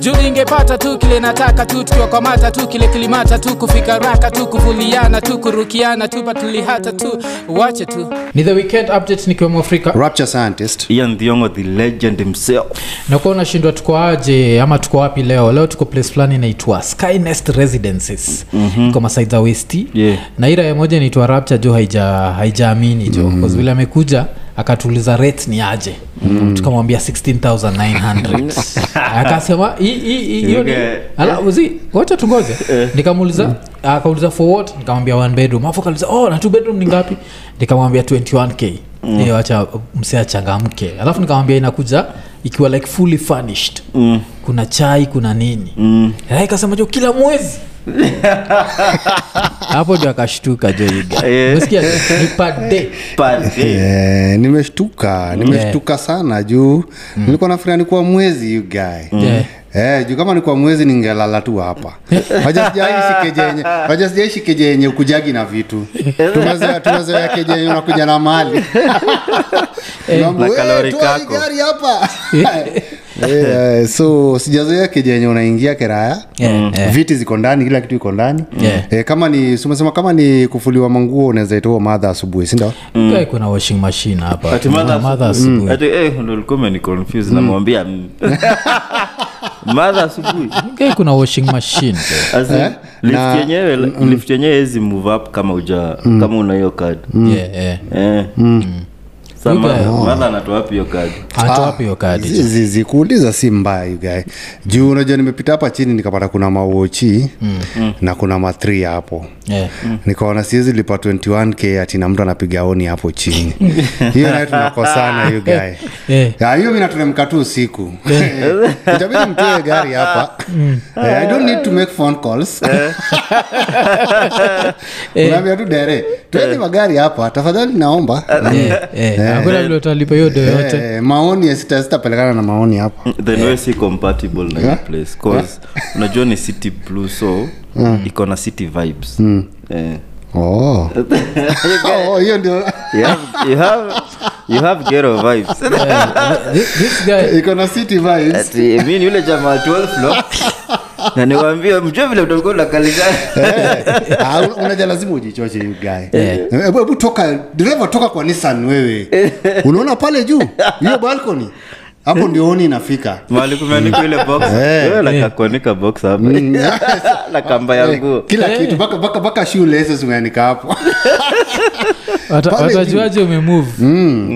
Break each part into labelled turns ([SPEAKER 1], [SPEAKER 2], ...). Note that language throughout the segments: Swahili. [SPEAKER 1] juu ningepata tu kile nataka tu tukiwakwamata tu kile kilimata tu kufika raka tu kuvuliana tu kurukiana tu patulihata tu wache tu ni the weekend update nikiwa mwafrika
[SPEAKER 2] rapture scientist
[SPEAKER 3] ian thiongo the legend himself
[SPEAKER 1] nakuwa unashindwa tuko aje ama tuko wapi leo leo tuko place fulani inaitwa skynest residences mm-hmm. kwa masaid za westi
[SPEAKER 3] Yeah.
[SPEAKER 1] na hii raya moja inaitwa rapture jo haija haijaamini jo mm-hmm. vile amekuja akatuuliza rate ni aje mm. tukamwambia 16900 akasema "Hii- hii- hii- hiyo ni
[SPEAKER 3] Okay.
[SPEAKER 1] Ala, uzi, wacha tungoje nikamuuliza akauliza for what nikamwambia one bedroom afu akauliza oh na two bedroom ni ngapi nikamwambia 21k mm. e, wacha msee achangamke alafu nikamwambia inakuja ikiwa like fully furnished mm. kuna chai kuna nini mm. ikasema jo kila mwezi hapo ndio akashtuka joiga
[SPEAKER 3] Yeah.
[SPEAKER 1] mesikia ni per day
[SPEAKER 3] pale
[SPEAKER 2] Eh, nimeshtuka nimeshtuka sana juu nilikuwa nafikiria ni kwa mwezi you guy
[SPEAKER 1] Yeah.
[SPEAKER 2] Eh, juu kama ni kwa mwezi ningelala tu hapa Waja sijaishi keje yenye- waja sijaishi keje yenye ukujagi na vitu tumezoea tumezoea keje yenye unakuja na mali Mambo,
[SPEAKER 3] Na
[SPEAKER 2] "Eh,
[SPEAKER 3] kalori
[SPEAKER 2] toa hii
[SPEAKER 3] kako."
[SPEAKER 2] gari hapa Eh, eh, so sijazoea keje yenye unaingia keraya
[SPEAKER 1] Yeah, yeah.
[SPEAKER 2] viti ziko ndani kila kitu iko ndani
[SPEAKER 1] Yeah.
[SPEAKER 2] eh, kama ni si umesema kama ni kufuliwa manguo unaweza itoa madha asubuhi sindio
[SPEAKER 1] Guy, kuna washing machine hapa
[SPEAKER 3] Ati mother-
[SPEAKER 1] madha asubuhi
[SPEAKER 3] Ati, eh, ndo ulikuwa umeni confuse, namwambia mm. mother asubuhi
[SPEAKER 1] Guy, kuna washing machine jo.
[SPEAKER 3] As in, lift
[SPEAKER 2] na-
[SPEAKER 3] yenyewe lift yenyewe hezi move up kama uja kama una hiyo kadi
[SPEAKER 1] Yeah, yeah.
[SPEAKER 3] Eh. Sa mother- mother anatoa wapi hiyo kadi
[SPEAKER 1] atoapi hiyo kadi jo.
[SPEAKER 2] zizi kuuliza si mbaya you guy juu unajua nimepita hapa chini nikapata kuna mauochi mm. na kuna mathri hapo
[SPEAKER 1] Yeah.
[SPEAKER 2] nikaona siwezi lipa 21k ati na mtu anapiga oni hapo chini hiyo nayo tunakosana you guy
[SPEAKER 1] Eh.
[SPEAKER 2] Ya, hiyo mi natulemka tu usiku itabidi mtoe gari hapa
[SPEAKER 1] Mm.
[SPEAKER 2] Eh, i don't need to make phone calls
[SPEAKER 1] Eh.
[SPEAKER 2] unaambia tu dere
[SPEAKER 1] Eh.
[SPEAKER 2] tuende magari hapa tafadhali naomba
[SPEAKER 1] Yeah, yeah. Hakuna vile utalipa hiyo do yote
[SPEAKER 2] Eh, maoni ya sita- sitapelekana na maoni hapa
[SPEAKER 3] then yeah. si compatible na yeah. place cause unajua ni city blue so mm. iko na city vibes mm. eh.
[SPEAKER 2] Oh. Oh, hiyo ndio
[SPEAKER 3] you have, you have, you have ghetto vibes
[SPEAKER 1] Thi- this guy
[SPEAKER 2] Eh, iko na city vibes
[SPEAKER 3] Ati, eh, mi ni yule jamaa wa 12 floor na niwaambie mjue vile utakuwa unakalika
[SPEAKER 2] Ah, un- unaja lazima ujichoche you guy Eh, hebu hebu toka dereva toka kwa nissan wewe unaona pale juu hiyo balcony hapo ndio oni inafika
[SPEAKER 3] mahali kumeandikwa ile box
[SPEAKER 2] Eh. Mm. Eh.
[SPEAKER 3] Wewe nakakuanika box hapa na kamba ya nguo
[SPEAKER 2] kila kitu mpaka- mpaka mpaka shule hizo zimeanika hapo
[SPEAKER 1] wata-
[SPEAKER 2] pale juu. Mm.
[SPEAKER 1] watajuaje umemove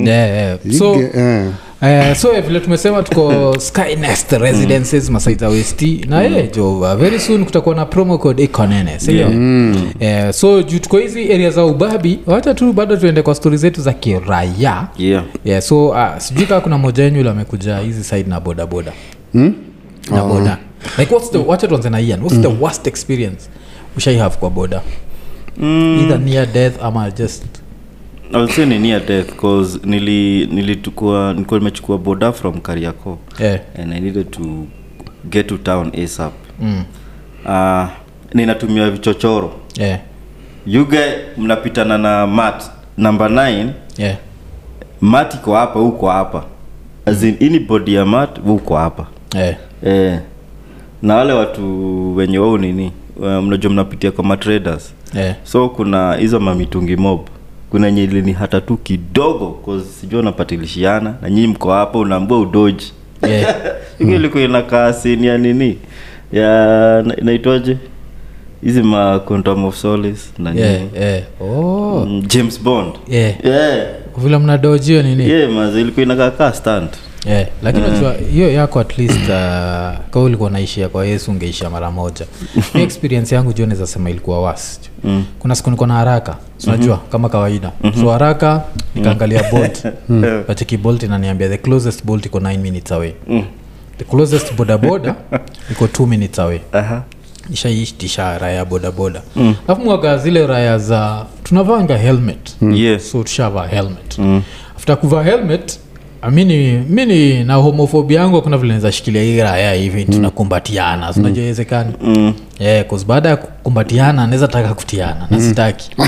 [SPEAKER 1] Yeah, yeah. so
[SPEAKER 2] Ge- eh.
[SPEAKER 1] eh, so eh, vile tumesema tuko skynest residences
[SPEAKER 2] Mm.
[SPEAKER 1] masaita westi na ye jo uh, very soon kutakuwa na promo code ikonene sindio
[SPEAKER 2] Mm.
[SPEAKER 1] eh, so juu tuko hizi area za ubabi wacha tu bado tuende kwa stori zetu za kiraya
[SPEAKER 3] yeah
[SPEAKER 1] yeah, so uh, sijui kaa kuna moja yenyu ule amekuja hizi side na bodaboda hmm? na boda like what's the wacha tuanze na ian what's the worst experience ushai have kwa boda mm. either near death ama just
[SPEAKER 3] also ni near death cause nili nilitukua nilikuwa nimechukua boda from kariako
[SPEAKER 1] Eh.
[SPEAKER 3] and i needed to get to town asap mm. uh, ninatumia vichochoro
[SPEAKER 1] yeah
[SPEAKER 3] yuge mnapitana na mat namba 9
[SPEAKER 1] yeah
[SPEAKER 3] mat iko hapa huko hapa as in ini body ya mat huko hapa
[SPEAKER 1] yeah
[SPEAKER 3] eh. na wale watu wenye wao nini eh, mnajua mnapitia kwa matraders
[SPEAKER 1] yeah
[SPEAKER 3] so kuna hizo mamitungi mob kuna yenye ilini hata tu kidogo 'cause sijua unapatilishiana na nyinyi mko hapa unaambua udoji
[SPEAKER 1] yeah
[SPEAKER 3] hiyo ilikuwa inakaa sini ya nini ya na- inaitwaje hizi ma Quantum of Solace na nini
[SPEAKER 1] yeah yeah oh
[SPEAKER 3] Mm, James Bond
[SPEAKER 1] yeah
[SPEAKER 3] yeah
[SPEAKER 1] vile mnadojio nini yeah,
[SPEAKER 3] yeah mazi ilikuwa inakaa kaa stand
[SPEAKER 1] lakini unajua hiyo yako at least uh, kaa ulikuwa naishia kwa yesu ungeishia mara moja hiyo experience yangu juu naweza sema ilikuwa was mm. kuna siku niko na haraka unajua mm-hmm. kama kawaida mm-hmm. Mm. so haraka nikaangalia bolt pachiki bolt inaniambia the closest bolt iko 9 minutes away mm. the closest bodaboda iko 2 minutes away
[SPEAKER 3] aha
[SPEAKER 1] ishaitisha raya bodaboda alafu mm. mwaga zile raya za tunavanga helmet mm
[SPEAKER 3] yes
[SPEAKER 1] so tushavaa helmet mm. after kuvaa helmet amini mini na homofobi yangu hakuna vile naweza shikilia hii raya hivi mm. tunakumbatiana sinajua iwezekani mm. yeah, 'cause baada ya kukumbatiana naweza taka kutiana na sitaki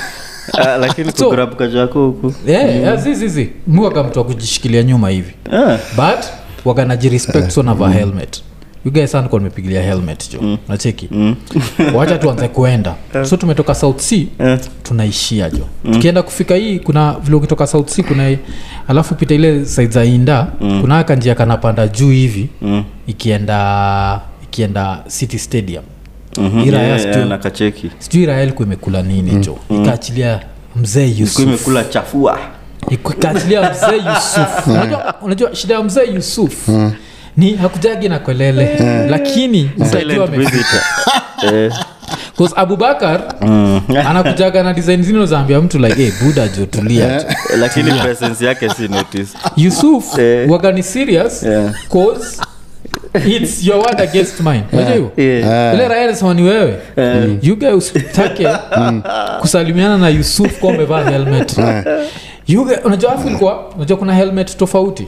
[SPEAKER 3] Ah, lakini
[SPEAKER 1] So-
[SPEAKER 3] kugrab kajako huku
[SPEAKER 1] Mm. zizizi mu wakamtu wa kujishikilia nyuma hivi
[SPEAKER 3] ah
[SPEAKER 1] but wakanajirespect so navaa helmet ugaesankuamepigilia helmet jo mm. nacheki mm. wacha tuanze kuenda so tumetoka south sea
[SPEAKER 3] Eh.
[SPEAKER 1] tunaishia jo mm. tukienda kufika hii kuna vile ukitoka south sea kuna hii- alafu pita ile said za inda mm. kuna aka njia kanapanda juu hivi mm. ikienda ikienda city stadium mm-hmm. iraya
[SPEAKER 3] Yeah,
[SPEAKER 1] yeah, Mm.
[SPEAKER 3] yeah, na kacheki
[SPEAKER 1] sijui iraya ilikuwa imekula nini jo ikaachilia mzee
[SPEAKER 3] Ilikuwa
[SPEAKER 1] yusuf
[SPEAKER 3] imekula chafua
[SPEAKER 1] ikaachilia mzee yusuf
[SPEAKER 3] Hmm.
[SPEAKER 1] unajua, unajua shida ya mzee yusuf ni hakujagi na kelele
[SPEAKER 3] Hmm.
[SPEAKER 1] lakini mtakiwa
[SPEAKER 3] Silent
[SPEAKER 1] ame-
[SPEAKER 3] visitor. Eh,
[SPEAKER 1] 'Cause abubakar anakujaga na design zino zaambia mtu like hey, buda jo tulia tu."
[SPEAKER 3] lakini presence yake si notice
[SPEAKER 1] yusuf
[SPEAKER 3] Eh.
[SPEAKER 1] waga ni serious
[SPEAKER 3] Yeah.
[SPEAKER 1] 'cause it's your word against mine unajua hivyo?
[SPEAKER 3] Yeah.
[SPEAKER 1] ile raia anasema ni wewe Mm.
[SPEAKER 3] Eh.
[SPEAKER 1] you guy usitake kusalimiana na yusuf kuwa umevaa helmet You guy- unajua afu ilikuwa unajua kuna helmet tofauti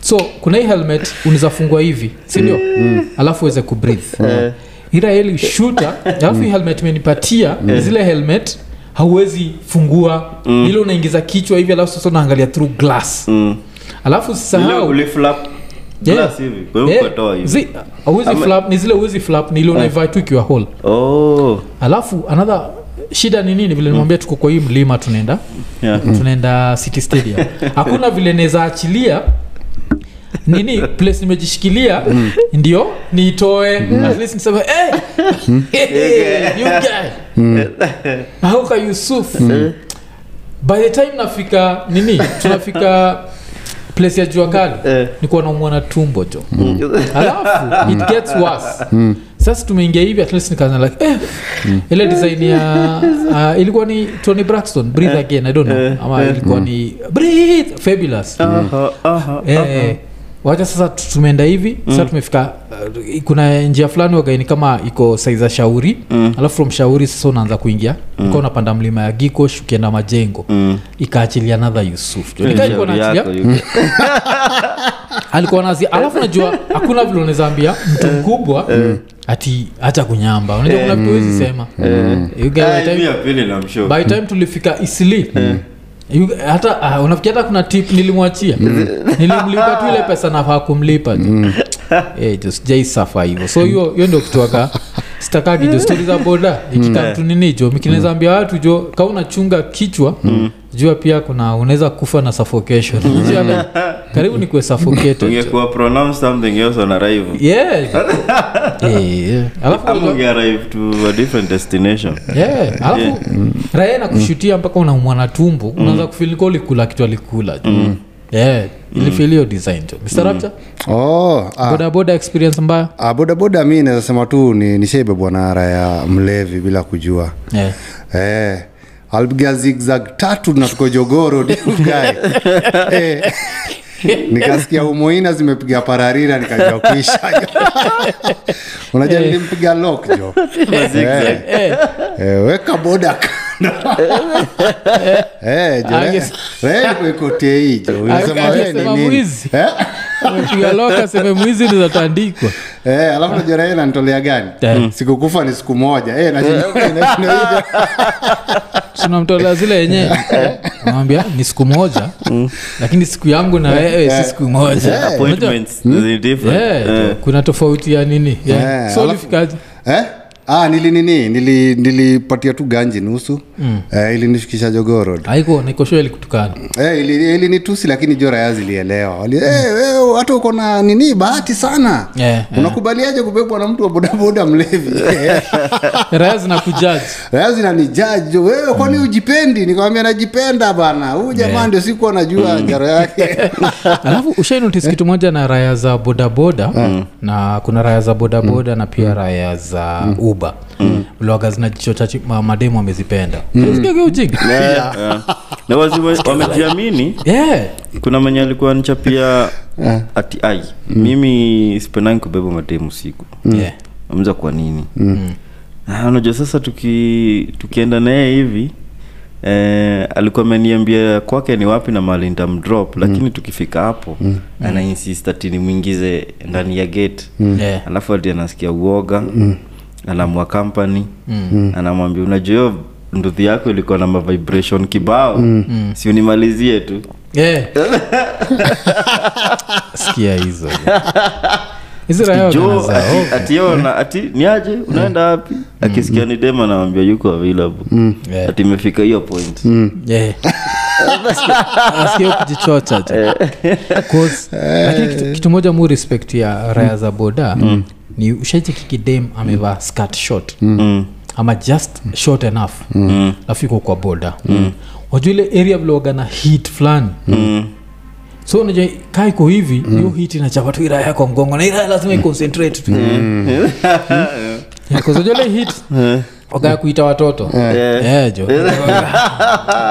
[SPEAKER 1] so kuna hii helmet unaweza fungwa hivi sindio alafu uweze
[SPEAKER 3] Eh.
[SPEAKER 1] kubreathe iraeli shuta alafu hii helmet imenipatia zile helmet hauwezi fungua ile unaingiza kichwa hivi alafu sasa unaangalia through glass
[SPEAKER 3] Mm. Hmm.
[SPEAKER 1] alafu
[SPEAKER 3] Ile
[SPEAKER 1] sisahau
[SPEAKER 3] uliflap
[SPEAKER 1] Yeah.
[SPEAKER 3] glass hivi, kwa hiyo
[SPEAKER 1] Yeah.
[SPEAKER 3] ukatoa hivi.
[SPEAKER 1] Zi- hauwezi
[SPEAKER 3] Ama-
[SPEAKER 1] flap, ni zile uwezi flap ni ile unaivaa tu ikiwa hole
[SPEAKER 3] Oh,
[SPEAKER 1] alafu another shida ni nini vile nimwambia tuko kwa hii mlima tunaenda
[SPEAKER 3] yeah.
[SPEAKER 1] Hmm. tunaenda city stadium hakuna vile naweza achilia nini place nimejishikilia ndio niitoe at least niseme hey! you guy hauka yusuf by the time nafika nini tunafika place ya jua kali
[SPEAKER 3] Eh.
[SPEAKER 1] nikuwa naumwa na tumbo jo alafu it gets worse
[SPEAKER 3] Hmm.
[SPEAKER 1] sasa tumeingia hivi at least nikaanza like eh, ile design ya ah, ilikuwa ni tony braxton breathe
[SPEAKER 3] Eh.
[SPEAKER 1] again i don't know ama ilikuwa ni breathe fabulous
[SPEAKER 3] Aha, aha,
[SPEAKER 1] Eh,
[SPEAKER 3] aha.
[SPEAKER 1] eh, wacha sasa tu- tumeenda hivi sasa
[SPEAKER 3] Hmm.
[SPEAKER 1] tumefika uh, kuna njia fulani wagaini kama iko saiza shauri
[SPEAKER 3] Hmm.
[SPEAKER 1] alafu from shauri sasa unaanza kuingia mm. unapanda mlima ya gikosh ukienda majengo
[SPEAKER 3] Mm.
[SPEAKER 1] ikaachilia nadha yusuf Jo, nika ilikuwa
[SPEAKER 3] Eh, Shauri
[SPEAKER 1] inaachilia-
[SPEAKER 3] yako, you guy.
[SPEAKER 1] alikuwa nazi alafu najua hakuna vile unawezaambia mtu mkubwa ati hacha kunyamba unajua kuna vitu huwezi sema You get
[SPEAKER 3] Ah,
[SPEAKER 1] what I
[SPEAKER 3] hiyo
[SPEAKER 1] mean?
[SPEAKER 3] ya pili na mshow.
[SPEAKER 1] by time tulifika isili You- hata ah, unafikia hata kuna tip nilimwachia nilimlipa tu ile pesa nafaa kumlipa Eh, jaisafaa hivyo so hiyo hiyo ndio kituaka stakagi jo stori za boda ikikamtu nini jo mikinaweza ambia watu jo ka unachunga kichwa jua pia kuna unaweza kufa na suffocation Jua la- karibu ni kue suffocated jo.
[SPEAKER 3] Ungekuwa pronounce something else on arrival.
[SPEAKER 1] Yeah. Eh, yeah. Alafu-
[SPEAKER 3] Ama ungearrive to a different destination.
[SPEAKER 1] yeah. alafu raia nakushutia mpaka unaumwa na tumbo unaanza kufilika ulikula kitu alikula jo. yeah. ilifeel hiyo design jo mr rapta
[SPEAKER 2] oh, ah,
[SPEAKER 1] bodaboda experience mbaya
[SPEAKER 2] ah, bodaboda mi naweza sema tu ni nishaibebwa na ara ya mlevi bila kujua
[SPEAKER 1] yeah.
[SPEAKER 2] Eh, alipiga zigzag tatu na tuko jogoro diugae eh, nikasikia umoina zimepiga pararira nikajua kuisha unajua nilimpiga lok jo eh,
[SPEAKER 1] Eh,
[SPEAKER 2] eh, weka boda kando. Eh, jo, eh,
[SPEAKER 1] Anges-
[SPEAKER 2] eh, iko- iko tei jo unasema we ni
[SPEAKER 1] angesema
[SPEAKER 2] nini?
[SPEAKER 1] mwizi.
[SPEAKER 2] Eh,
[SPEAKER 1] umepiga loka sememwizi nizatandikwa
[SPEAKER 2] eh, alafu najua raia nanitolea gani
[SPEAKER 1] Eh.
[SPEAKER 2] sikukufa ni siku moja eh, nashinda- nashinda-
[SPEAKER 1] tunamtolea zile yenyewe nawambia ni siku moja lakini siku yangu na wewe si siku moja
[SPEAKER 3] Appointments is different.
[SPEAKER 1] Yeah,
[SPEAKER 3] Eh.
[SPEAKER 1] jo, kuna tofauti ya nini yeah.
[SPEAKER 2] Eh,
[SPEAKER 1] so
[SPEAKER 2] alafu-
[SPEAKER 1] ulifikaje
[SPEAKER 2] eh? ah, nili nini nili nilipatia tu ganji nusu mm. eh, ilinishukisha jogoro
[SPEAKER 1] aiko naikoshoa ilikutukana
[SPEAKER 2] eh, ili, ili nitusi lakini jo raya zilielewa Wali, eh, wewe, hata uko na nini bahati sana
[SPEAKER 1] Eh,
[SPEAKER 2] unakubaliaje kubebwa na mtu wa bodaboda mlevi Eh,
[SPEAKER 1] raya zinakujaji
[SPEAKER 2] raya zinanijaji jo wewe kwani ujipendi nikawambia najipenda bana huyu jamaa ndio sikuwa najua njaro yake
[SPEAKER 1] alafu ushainotis kitu moja na raya za bodaboda na kuna raya za bodaboda na pia raya za uba mliwaga zina jicho chachi ma- mademu wamezipenda Unasikiaga ujinga
[SPEAKER 3] Eh. na wazi- wamejiamini
[SPEAKER 1] Yeah.
[SPEAKER 3] kuna mwenye alikuwa nchapia ati ai mimi sipendangi kubeba matemu siku
[SPEAKER 1] Yeah.
[SPEAKER 3] amza kwa nini Ah, unajua sasa tuki tukienda naye hivi eh, alikuwa ameniambia kwake ni wapi na mahali nitamdrop lakini tukifika hapo mm. anainsist ati nimwingize ndani ya gate
[SPEAKER 1] Yeah.
[SPEAKER 3] alafu ati anasikia uoga mm. anamwa kampani mm. anamwambia unajua hiyo nduthi yako ilikuwa na mavibration kibao mm. si unimalizie tu
[SPEAKER 1] Yeah. sikia hizo
[SPEAKER 3] jo
[SPEAKER 1] Oh,
[SPEAKER 3] ati- ati ona ati niaje unaenda
[SPEAKER 1] Mm.
[SPEAKER 3] wapi akisikia ni dem anawambia yuko available
[SPEAKER 1] Yeah.
[SPEAKER 3] ati imefika hiyo point
[SPEAKER 1] Mm. askia kujichocha
[SPEAKER 3] Eh.
[SPEAKER 1] lakini kitu, kitu moja mu respect ya raya za boda ni ushaijikikidem amevaa skirt short
[SPEAKER 3] Mm.
[SPEAKER 1] ama just short enough mm. afiko kwa boda mm. wajua ile area vloga na hit fulani
[SPEAKER 3] Mm.
[SPEAKER 1] so unajua kaa iko hivi
[SPEAKER 2] Mm.
[SPEAKER 1] hiyo hit inachapa tu iraya kwa mgongo na iraya lazima iconcentrate tu
[SPEAKER 2] Mm.
[SPEAKER 1] Yeah, 'cause unajua ile hit wakaya kuita watoto Eh, jo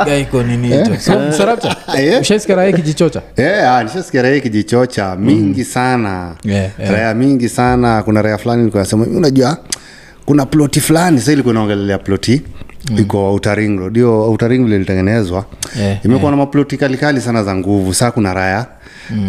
[SPEAKER 1] gaiko nini hicho so sarapcha
[SPEAKER 2] Yeah.
[SPEAKER 1] ushaisikia raya kijichocha
[SPEAKER 2] Eh, ah, nishasikia raia kijichocha mingi sana
[SPEAKER 1] Mm. Yeah, yeah.
[SPEAKER 2] raya mingi sana kuna raya fulani ilikuwa nasema "Mimi unajua kuna ploti fulani sasa ilikuwa inaongelelea ploti
[SPEAKER 1] Mm.
[SPEAKER 2] iko Outer Ring Road hiyo Outer Ring vile ilitengenezwa
[SPEAKER 1] Yeah, Mm.
[SPEAKER 2] imekuwa na maploti kalikali sana za nguvu saa kuna raya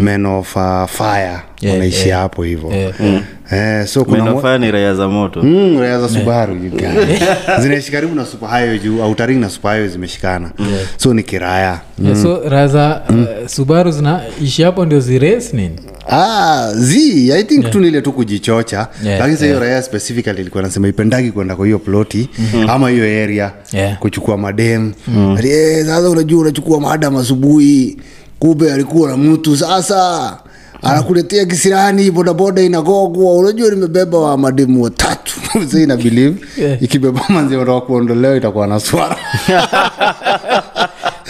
[SPEAKER 2] men of uh, fire
[SPEAKER 1] Yeah,
[SPEAKER 2] wanaishia
[SPEAKER 1] yeah.
[SPEAKER 2] hapo hivyo
[SPEAKER 1] Yeah.
[SPEAKER 2] eh, so kuna mo-
[SPEAKER 3] menafaa ni raya za moto
[SPEAKER 2] Mm, raya za subaru you guys. zinaishi karibu na super highway juu Outer Ring na super highway zimeshikana so ni kiraya
[SPEAKER 1] Yeah, so raha za
[SPEAKER 2] Mm.
[SPEAKER 1] uh, subaru zinaishi hapo ndio zirace nini
[SPEAKER 2] Ah, zi i think tu nile tu kujichocha
[SPEAKER 1] Yeah, Mhm.
[SPEAKER 2] lakini sahiyo raya specifically ilikuwa nasema ipendagi kwenda kwa hiyo ploti ama hiyo area
[SPEAKER 1] Yeah. Mm.
[SPEAKER 2] kuchukua madem Ati, "Eh, sasa unajua unachukua madam asubuhi kumbe alikuwa na mtu sasa anakuletea kisirani bodaboda inagogwa unajua nimebeba wa mademu watatu so ina believe
[SPEAKER 1] Yeah.
[SPEAKER 2] ikibeba manzi unataka kuondolewa itakuwa na swara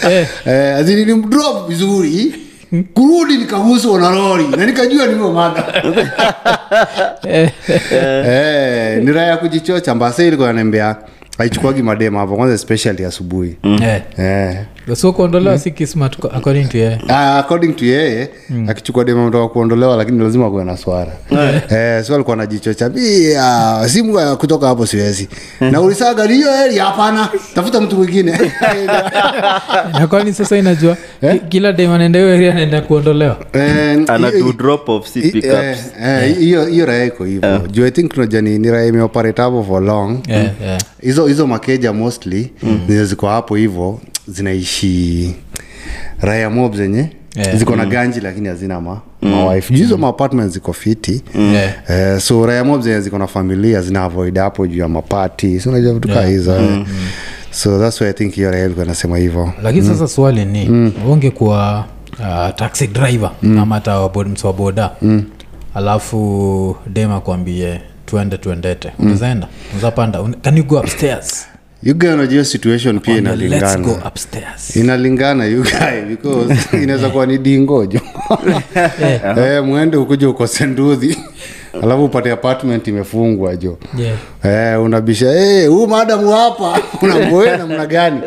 [SPEAKER 1] eh,
[SPEAKER 2] eh, azini nimdrop vizuri kurudi nikaguswa na lori na nikajua niwe mada
[SPEAKER 1] eh,
[SPEAKER 2] eh, ni raha ya kujichocha mbasa ilikuwa nembea aichukuagi madema hapo kwanza especially asubuhi
[SPEAKER 1] eh.
[SPEAKER 2] eh.
[SPEAKER 1] so kuondolewa si kismat co- according to yeye
[SPEAKER 2] Ah, according to yeye
[SPEAKER 1] Mm.
[SPEAKER 2] akichukua dema mtoka kuondolewa lakini lazima kuwe na swara eh, so alikuwa anajichocha "Mi, ah, simu ya kutoka hapo siwezi na ulisaga ni hiyo area hapana tafuta mtu mwingine
[SPEAKER 1] na kwani sasa inajua ki- kila dem anaenda hiyo area anaenda kuondolewa
[SPEAKER 2] Eh,
[SPEAKER 3] ana
[SPEAKER 2] hiyo-
[SPEAKER 3] tu drop off si
[SPEAKER 2] I- eh,
[SPEAKER 3] pickups
[SPEAKER 2] eh, hiyo hiyo raha iko hivyo juu i think tunajua ni ni raha imeoperate hapo for long
[SPEAKER 1] yeah, yeah.
[SPEAKER 2] hizo hizo makeja mostly mm. ziko hapo hivyo zinaishi raya mob zenye
[SPEAKER 1] Yeah.
[SPEAKER 2] ziko na ganji lakini hazina ma mm. mawife juu hizo maapartment ziko fiti
[SPEAKER 1] Yeah.
[SPEAKER 2] Eh, so raya mob zenye ziko na familia zina avoid hapo juu ya mapati si unajua vitu kaa hizo eh.
[SPEAKER 1] Mm-hmm.
[SPEAKER 2] so thats why i think hiyo raya ilikuwa nasema hivyo
[SPEAKER 1] lakini sasa swali ni
[SPEAKER 2] Mm.
[SPEAKER 1] ungekuwa uh, taxi driver ama hata wa bod- mtu wa boda
[SPEAKER 2] Mm.
[SPEAKER 1] alafu dem akwambie tuende tuendete
[SPEAKER 2] Mm.
[SPEAKER 1] unazaenda unazapanda un- can you go upstairs
[SPEAKER 2] yuga unajua situation pia
[SPEAKER 1] Ambia, let's go
[SPEAKER 2] inalingana Mm.
[SPEAKER 1] upstairs
[SPEAKER 2] inalingana yugae because inaweza kuwa ni dingojo eh, mwende ukuja ukose ndudhi alafu upate apartment imefungwa jo
[SPEAKER 1] yeah.
[SPEAKER 2] Eh, unabisha "Eh, huu madamu hapa unamboe namna gani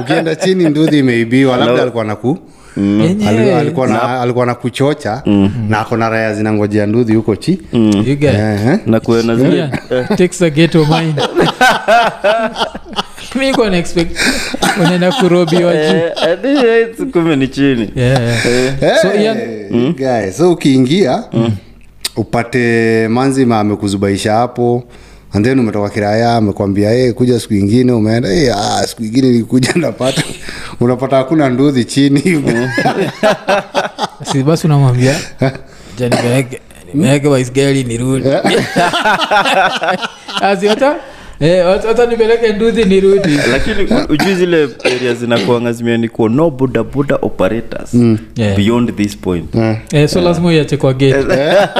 [SPEAKER 2] ukienda chini ndudhi imeibiwa labda alikuwa naku
[SPEAKER 1] Yenyewe.
[SPEAKER 2] ali- Mm. alikuwa na alikuwa na kuchocha na akona raya zinangojea ndudhi huko chi Eh,
[SPEAKER 1] You guys.
[SPEAKER 2] Ehe.
[SPEAKER 3] Mm. na kuena zile Eh,
[SPEAKER 1] Yeah, takes a ghetto mind. Mi niko na expect unaenda kurobiwa juu.
[SPEAKER 3] Eh, adi, eh, kumbe ni chini
[SPEAKER 1] Yeah, yeah. So,
[SPEAKER 2] Eh,
[SPEAKER 1] Ian-
[SPEAKER 2] guys, so ukiingia upate manzima amekuzubaisha hapo and then umetoka kiraya amekwambia hey, kuja siku ingine umeenda hey, ah, siku ingine nikuja napata unapata hakuna nduthi chini
[SPEAKER 1] si basi unamwambia "Ja, nipeleke-
[SPEAKER 2] Hmm?
[SPEAKER 1] nipeleke baiskeli nirudi Asi hata eh, hata- hata nipeleke nduthi nirudi
[SPEAKER 3] lakini ujui zile area zinakuanga zimeandikwa no bodaboda operators
[SPEAKER 1] Mm. Yeah.
[SPEAKER 3] beyond this point
[SPEAKER 1] eh, so lazima uiache kwa gate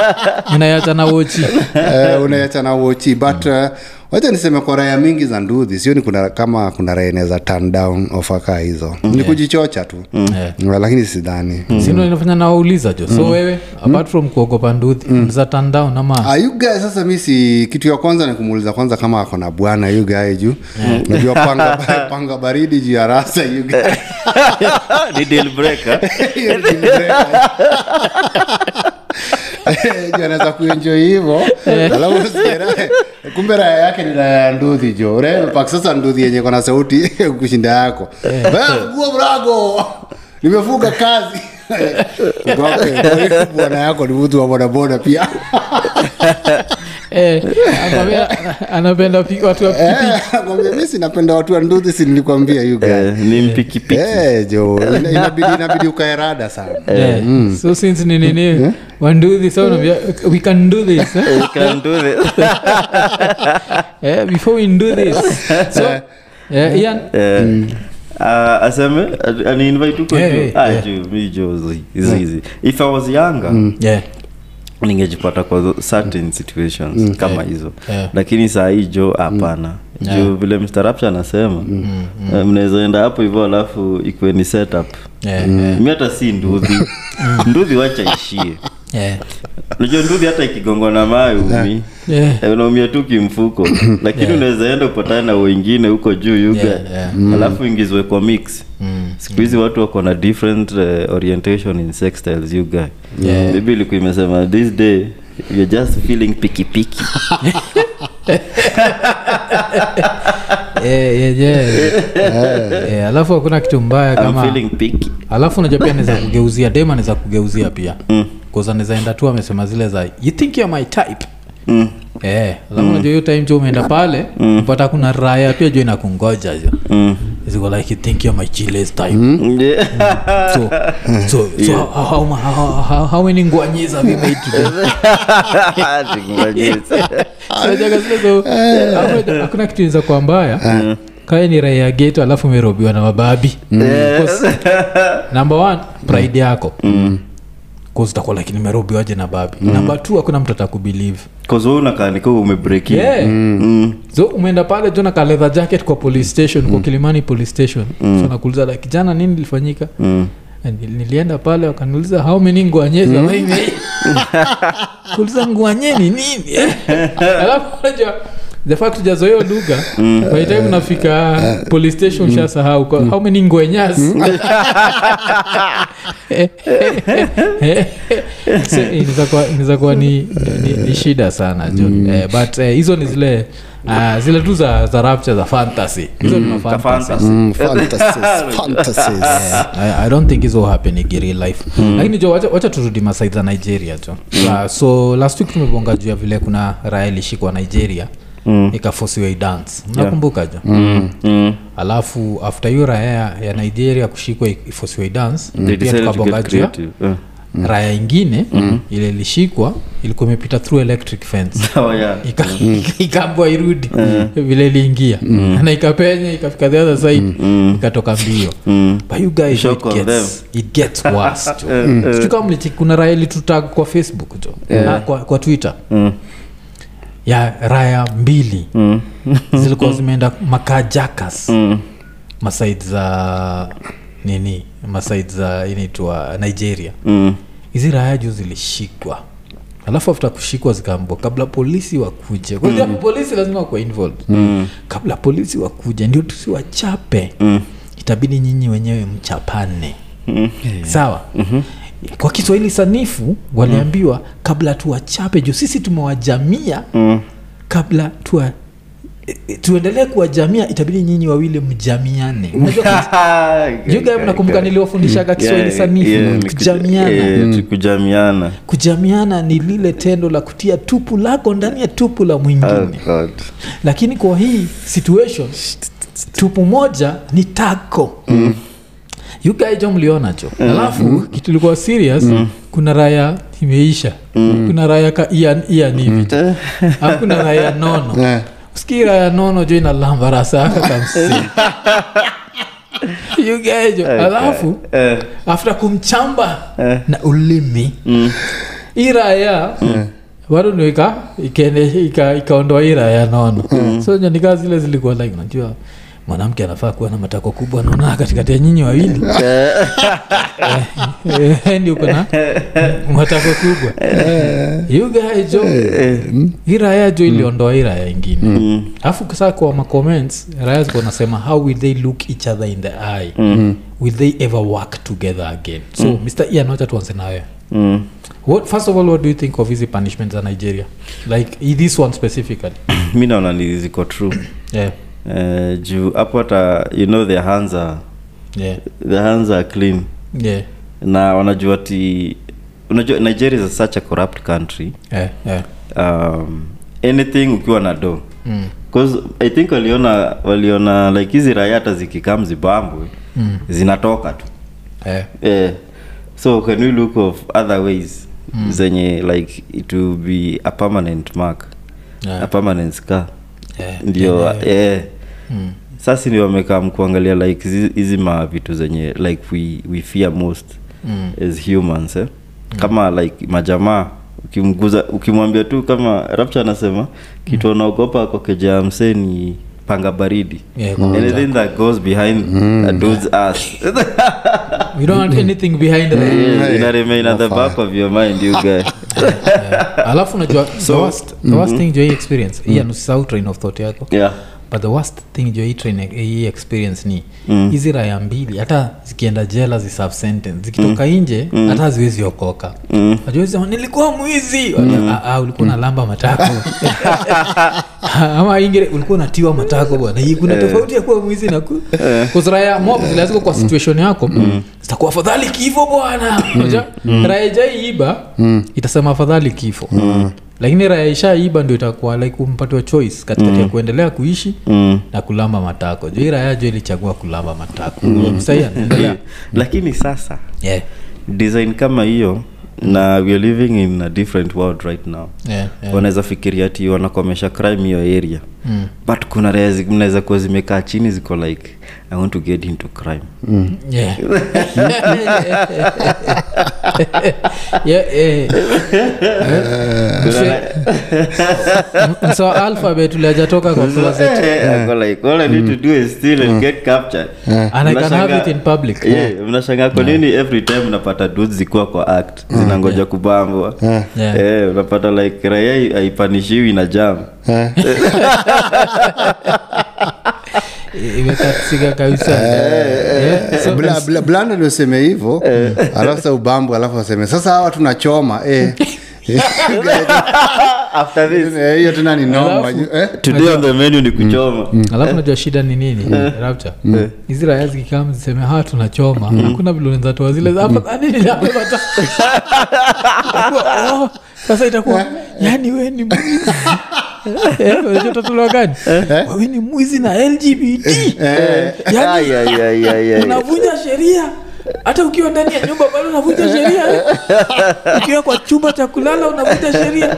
[SPEAKER 1] unaiacha na wochi
[SPEAKER 2] Eh, unaacha na wochi but uh, wacha niseme kwa raya mingi za nduthi sioni kuna kama kuna raya inaweza turn down ofa kaa hizo ni kujichocha tu
[SPEAKER 1] Yeah.
[SPEAKER 2] lakini sidhani
[SPEAKER 1] sindo inafanya nawauliza jo so wewe apart from kuogopa nduthi mza tandown ama
[SPEAKER 2] ayugae Ah, sasa mi si kitu ya kwanza ni kumuuliza kwanza kama ako na bwana yugae juu najua panga, panga baridi juu ya rasa yugae
[SPEAKER 3] ni deal breaker
[SPEAKER 2] Juu anaweza kuenjoi hivo alafu usikie raha- kumbe raya yake ni raya ya nduthi jo repak sasa nduthi yenye kona sauti kushinda yako "Eh, guo mrago nimefunga kazi Kwa hiyo bwana yako ni mtu wa bodaboda pia
[SPEAKER 1] Eh, anakwambia- anapenda pi- watu wa pikipiki.
[SPEAKER 2] Eh, kwambia mi sinapenda watu wa nduthi si nilikwambia you guy.
[SPEAKER 3] Eh, ni mpikipiki
[SPEAKER 2] Eh, jo ina- inabidi inabidi ukae rada sana
[SPEAKER 1] Eh, so since ni nini wanduhi sa unaambia we can do this eh?
[SPEAKER 3] You can do this.
[SPEAKER 1] Eh, before we do this so eh, Ian,
[SPEAKER 3] Eh, ah, aseme ah, aniinvite huko
[SPEAKER 1] Eh,
[SPEAKER 3] juu?
[SPEAKER 1] eh,
[SPEAKER 3] Ah,
[SPEAKER 1] eh.
[SPEAKER 3] juu, mi juu, zi- is easy. if i was younger
[SPEAKER 1] yeah,
[SPEAKER 3] ningejipata kwa tho- certain situations kama hizo
[SPEAKER 1] Mm. Yeah.
[SPEAKER 3] lakini saa hii jo hapana juu vile mstarapsha anasema
[SPEAKER 1] Mm,
[SPEAKER 3] eh, mnawezaenda hapo hivyo alafu ikuwe ni setup
[SPEAKER 1] yeah, yeah,
[SPEAKER 3] mi hata si nduhi nduhi wacha ishie
[SPEAKER 1] yeah,
[SPEAKER 3] najua nduhi hata ikigongwa na mawe umi
[SPEAKER 1] yeah.
[SPEAKER 3] Eh, unaumia tu kimfuko lakini unaweza enda upatane na wengine huko juu yuga
[SPEAKER 1] Yeah, yeah.
[SPEAKER 3] alafu ingizwe kwa mix
[SPEAKER 1] Mm.
[SPEAKER 3] siku hizi watu wako na different uh, orientation in sextiles you guy
[SPEAKER 1] Yeah.
[SPEAKER 3] maybe ilikuwa imesema this day you're just feeling pikipiki
[SPEAKER 1] Eh, yeah, yeah. Eh, alafu hakuna kitu mbaya
[SPEAKER 3] I'm
[SPEAKER 1] kama
[SPEAKER 3] feeling piki
[SPEAKER 1] alafu unajua pia naweza kugeuzia dem anaweza kugeuzia pia mm. anawezaenda tu amesema zile za you think you're my type
[SPEAKER 3] mm.
[SPEAKER 1] Eh, alafu unajua hiyo time jo umeenda pale upata kuna raya pia jo inakungoja jo
[SPEAKER 3] Mm.
[SPEAKER 1] Ziko like you think you're my chiles type
[SPEAKER 3] Yeah.
[SPEAKER 1] so so, so how, how, how, how, how many ngwanyiz have you made today
[SPEAKER 3] Tukungoje.
[SPEAKER 1] Unajua zile zo-
[SPEAKER 3] Eh.
[SPEAKER 1] hakuna- hakuna kitu inaweza kuwa mbaya kae ni raia geto alafu umerobiwa na mababi
[SPEAKER 3] Mm.
[SPEAKER 1] Because number one pride yako
[SPEAKER 3] Mm.
[SPEAKER 1] Because utakuwa like nimerobiwaje na babi number two hakuna mtu atakubilive
[SPEAKER 3] Cause wewe unakaa ni kama umebreak in.
[SPEAKER 1] Yeah.
[SPEAKER 3] Mm.
[SPEAKER 1] so umeenda pale jona kaleva jacket kwa police station kwa kilimani police station so nakuuliza like jana nini lilifanyika
[SPEAKER 3] Mm.
[SPEAKER 1] And nil- nilienda pale wakaniuliza how many nguanyezi mm. kuuliza nguanye ni nini alafu unajua the fact hujazoea lugha by the time nafika police station ushasahau kwa- how many ngwenyasi So, inaweza kuwa- inaweza kuwa ni, ni, ni shida sana jo eh, but eh, hizo ni zile ah, zile tu za, za rapture za fantasy hizo ni ma
[SPEAKER 3] Ka
[SPEAKER 1] fantasy.
[SPEAKER 3] fantasy.
[SPEAKER 2] Mm, fantasies, fantasies.
[SPEAKER 1] I, I don't think hizo happening in real life
[SPEAKER 3] Hmm.
[SPEAKER 1] lakini jo wacha, wacha turudi masai za nigeria jo uh, so last week tumebonga juu ya vile kuna raya ilishikwa nigeria
[SPEAKER 3] Hmm.
[SPEAKER 1] mm. ikafosiwa idance mnakumbuka jo
[SPEAKER 3] Mm.
[SPEAKER 1] alafu after hiyo raya ya- ya nigeria kushikwa ik- ifosiwe idance
[SPEAKER 3] Hmm. They
[SPEAKER 1] pia
[SPEAKER 3] decided to
[SPEAKER 1] tukabonga
[SPEAKER 3] get
[SPEAKER 1] juu ya
[SPEAKER 3] creative. Hmm. Eh.
[SPEAKER 1] raya ingine ile ilishikwa ilikuwa imepita through electric fence
[SPEAKER 3] Oh, yeah.
[SPEAKER 1] Ika- ikambwa irudi
[SPEAKER 3] Mm.
[SPEAKER 1] vile iliingia na ikapenya ikafika the other side ikatoka mbio but you guys it
[SPEAKER 3] Mm. Shock on Eh,
[SPEAKER 1] gets, it gets worse jo. Sijui kama mlichi- kuna raya ilitutag kwa facebook jo na kwa, kwa twitter
[SPEAKER 3] Mm.
[SPEAKER 1] ya raya mbili
[SPEAKER 3] Mm.
[SPEAKER 1] zilikuwa zimeenda makajakas masaid za nini masaid za inaitwa nigeria
[SPEAKER 3] Mm.
[SPEAKER 1] hizi raya juu zilishikwa alafu afta kushikwa zikaambwa kabla polisi wakuje kwanza polisi lazima wakuwa involved kabla polisi wakuje ndio tusiwachape itabidi nyinyi wenyewe mchapane Eh. sawa kwa kiswahili sanifu waliambiwa kabla tuwachape juu sisi tumewajamia kabla tuwa eh, eh, tuendelee kuwajamia itabidi nyinyi wawili mjamiane Unajua juga mnakumbuka niliwafundishaga kiswahili sanifu kujamiana
[SPEAKER 3] eh,
[SPEAKER 1] Mm.
[SPEAKER 3] kujamiana
[SPEAKER 1] kujamiana ni lile tendo la kutia tupu lako ndani ya tupu la
[SPEAKER 3] Oh,
[SPEAKER 1] mwingine Ah.
[SPEAKER 3] God.
[SPEAKER 1] lakini kwa hii situation tupu moja ni tako mm. yugaijo mliona cho mm. alafu kitu ilikuwa serious mm. kuna raya imeisha mm. kuna raya ka ian ian hivi mm. kuna raya nono
[SPEAKER 2] Eh,
[SPEAKER 1] usikii raya nono jo inalambara saka kamsi yugaijo alafu
[SPEAKER 3] Eh,
[SPEAKER 1] after kumchamba na ulimi iraya bado ndio ika ikene- ika- ikaondoa iraya nono so nyandikaa zile zilikuwa like najua mwanamke anafaa kuwa na matako kubwa naona katikati ya nyinyi wawili Eh, eh, ndio kuna matako kubwa yugaejo iraya jo iliondoa iraya ingine alafu saa kwa macomments raya zikuwa nasema how will they look each other in the eye will they ever work together again so mr ian wacha tuanze nawe
[SPEAKER 3] mm.
[SPEAKER 1] what, first of all what do you think of hizi punishment za nigeria like i- this one specifically
[SPEAKER 3] mi naona ni ziko true
[SPEAKER 1] yeah,
[SPEAKER 3] Eh, juu hapo hata you know their hands are,
[SPEAKER 1] yeah,
[SPEAKER 3] their hands are clean
[SPEAKER 1] yeah,
[SPEAKER 3] na wanajua ti unajua nigeria is such a corrupt country
[SPEAKER 1] yeah, yeah.
[SPEAKER 3] um, anything ukiwa na do
[SPEAKER 1] Mm.
[SPEAKER 3] 'Cause i think waliona waliona like hizi raya hata zikikam zimbabwe mm. zinatoka tu
[SPEAKER 1] Eh.
[SPEAKER 3] yeah. so can we look of other ways
[SPEAKER 1] Hmm.
[SPEAKER 3] mm. zenye like it will be a permanent mark
[SPEAKER 1] Yeah.
[SPEAKER 3] a permanent scar
[SPEAKER 1] Yeah.
[SPEAKER 3] ndio
[SPEAKER 1] Yeah.
[SPEAKER 3] yeah.
[SPEAKER 1] Mm.
[SPEAKER 3] sasa ni wamekaa kuangalia like hizi- hizi ma vitu zenye like we, we fear most
[SPEAKER 1] Mm.
[SPEAKER 3] as humans eh?
[SPEAKER 1] Hmm.
[SPEAKER 3] kama like majamaa ukimguza ukimwambia tu kama rapture
[SPEAKER 1] Hmm.
[SPEAKER 3] anasema kitu anaogopa kwa keja msee ni panga baridi
[SPEAKER 1] Yeah, kwa
[SPEAKER 3] anything that goes behind a dude's ass
[SPEAKER 1] We don't want anything behind that.
[SPEAKER 3] Yeah, ina remain at the back of your mind you guy
[SPEAKER 1] alafu najua the worst, the worst thing jo hii experience hii anusisau train of thought yako
[SPEAKER 3] yeah
[SPEAKER 1] but the worst thing jo hii train hii experience ni hizi raya mbili hata zikienda jela ziserve sentence zikitoka nje hata haziwezi okoka ajuwezisema nilikuwa mwizi Ah, ah, ulikuwa na lamba matako Ah, ama ingine ulikuwa unatiwa matako bwana hii kuna tofauti ya kuwa mwizi na ku kuziraya mob zile ziko kwa situation yako zitakuwa afadhali kifo bwana Unajua, raya ijaiiba itasema afadhali kifo lakini raya ishaiba ndio itakuwa like umpatiwa choice katikati ya kuendelea kuishi
[SPEAKER 3] mm.
[SPEAKER 1] na kulamba matako juu hii raya jo ilichagua kulamba matako Sahi, anaendelea.
[SPEAKER 3] lakini sasa
[SPEAKER 1] Yeah,
[SPEAKER 3] design kama hiyo na we are living in a different world right now
[SPEAKER 1] yeah, yeah.
[SPEAKER 3] wanaweza fikiria ati wanakomesha crime hiyo area
[SPEAKER 1] Mm.
[SPEAKER 3] but kuna raya zi- mnaweza kuwa zimekaa chini ziko like i want to get into crime
[SPEAKER 1] Yeah. Yeah, eh. Eh? Mse- mse wa alphabet ule hajatoka kwa closet.
[SPEAKER 3] Eh, ako like all i need to do is steal and get captured
[SPEAKER 1] And I can have
[SPEAKER 3] Mnashangaa-
[SPEAKER 1] it in public.
[SPEAKER 3] Yeah, Eh, mnashangaa kwa nini every time unapata dudes zikuwa kwa act zinangoja kubambwa
[SPEAKER 1] Yeah.
[SPEAKER 3] Eh, unapata like raia haipanishiwi na jam
[SPEAKER 1] Imekatika kabisa. Yeah, so-
[SPEAKER 2] eh,
[SPEAKER 1] Eh.
[SPEAKER 2] Bla- bla- blanda ndio useme hivyo alafu sa ubambu alafu aseme sasa hawa tunachoma eh.
[SPEAKER 3] after this
[SPEAKER 2] Eh, hiyo tena ni noma
[SPEAKER 1] Alafu-
[SPEAKER 2] eh?
[SPEAKER 3] today on the menu ni kuchoma
[SPEAKER 1] alafu najua shida ni nini rapture hizi raya zikikam ziseme haa "Ah, tunachoma hakuna vile unaeza toa zile za- afadhali ni hapo mata- Oh, sasa itakuwa yani we ni mwizi Eh, unajua utatolewa gani wewe ni mwizi na lgbt
[SPEAKER 3] Eh.
[SPEAKER 1] yani
[SPEAKER 3] Ay, ay, ay, ay,
[SPEAKER 1] Yaani,
[SPEAKER 3] ay.
[SPEAKER 1] unavunja sheria hata ukiwa ndani ya nyumba bado unavunja sheria eh? ukiwa kwa chumba cha kulala unavunja sheria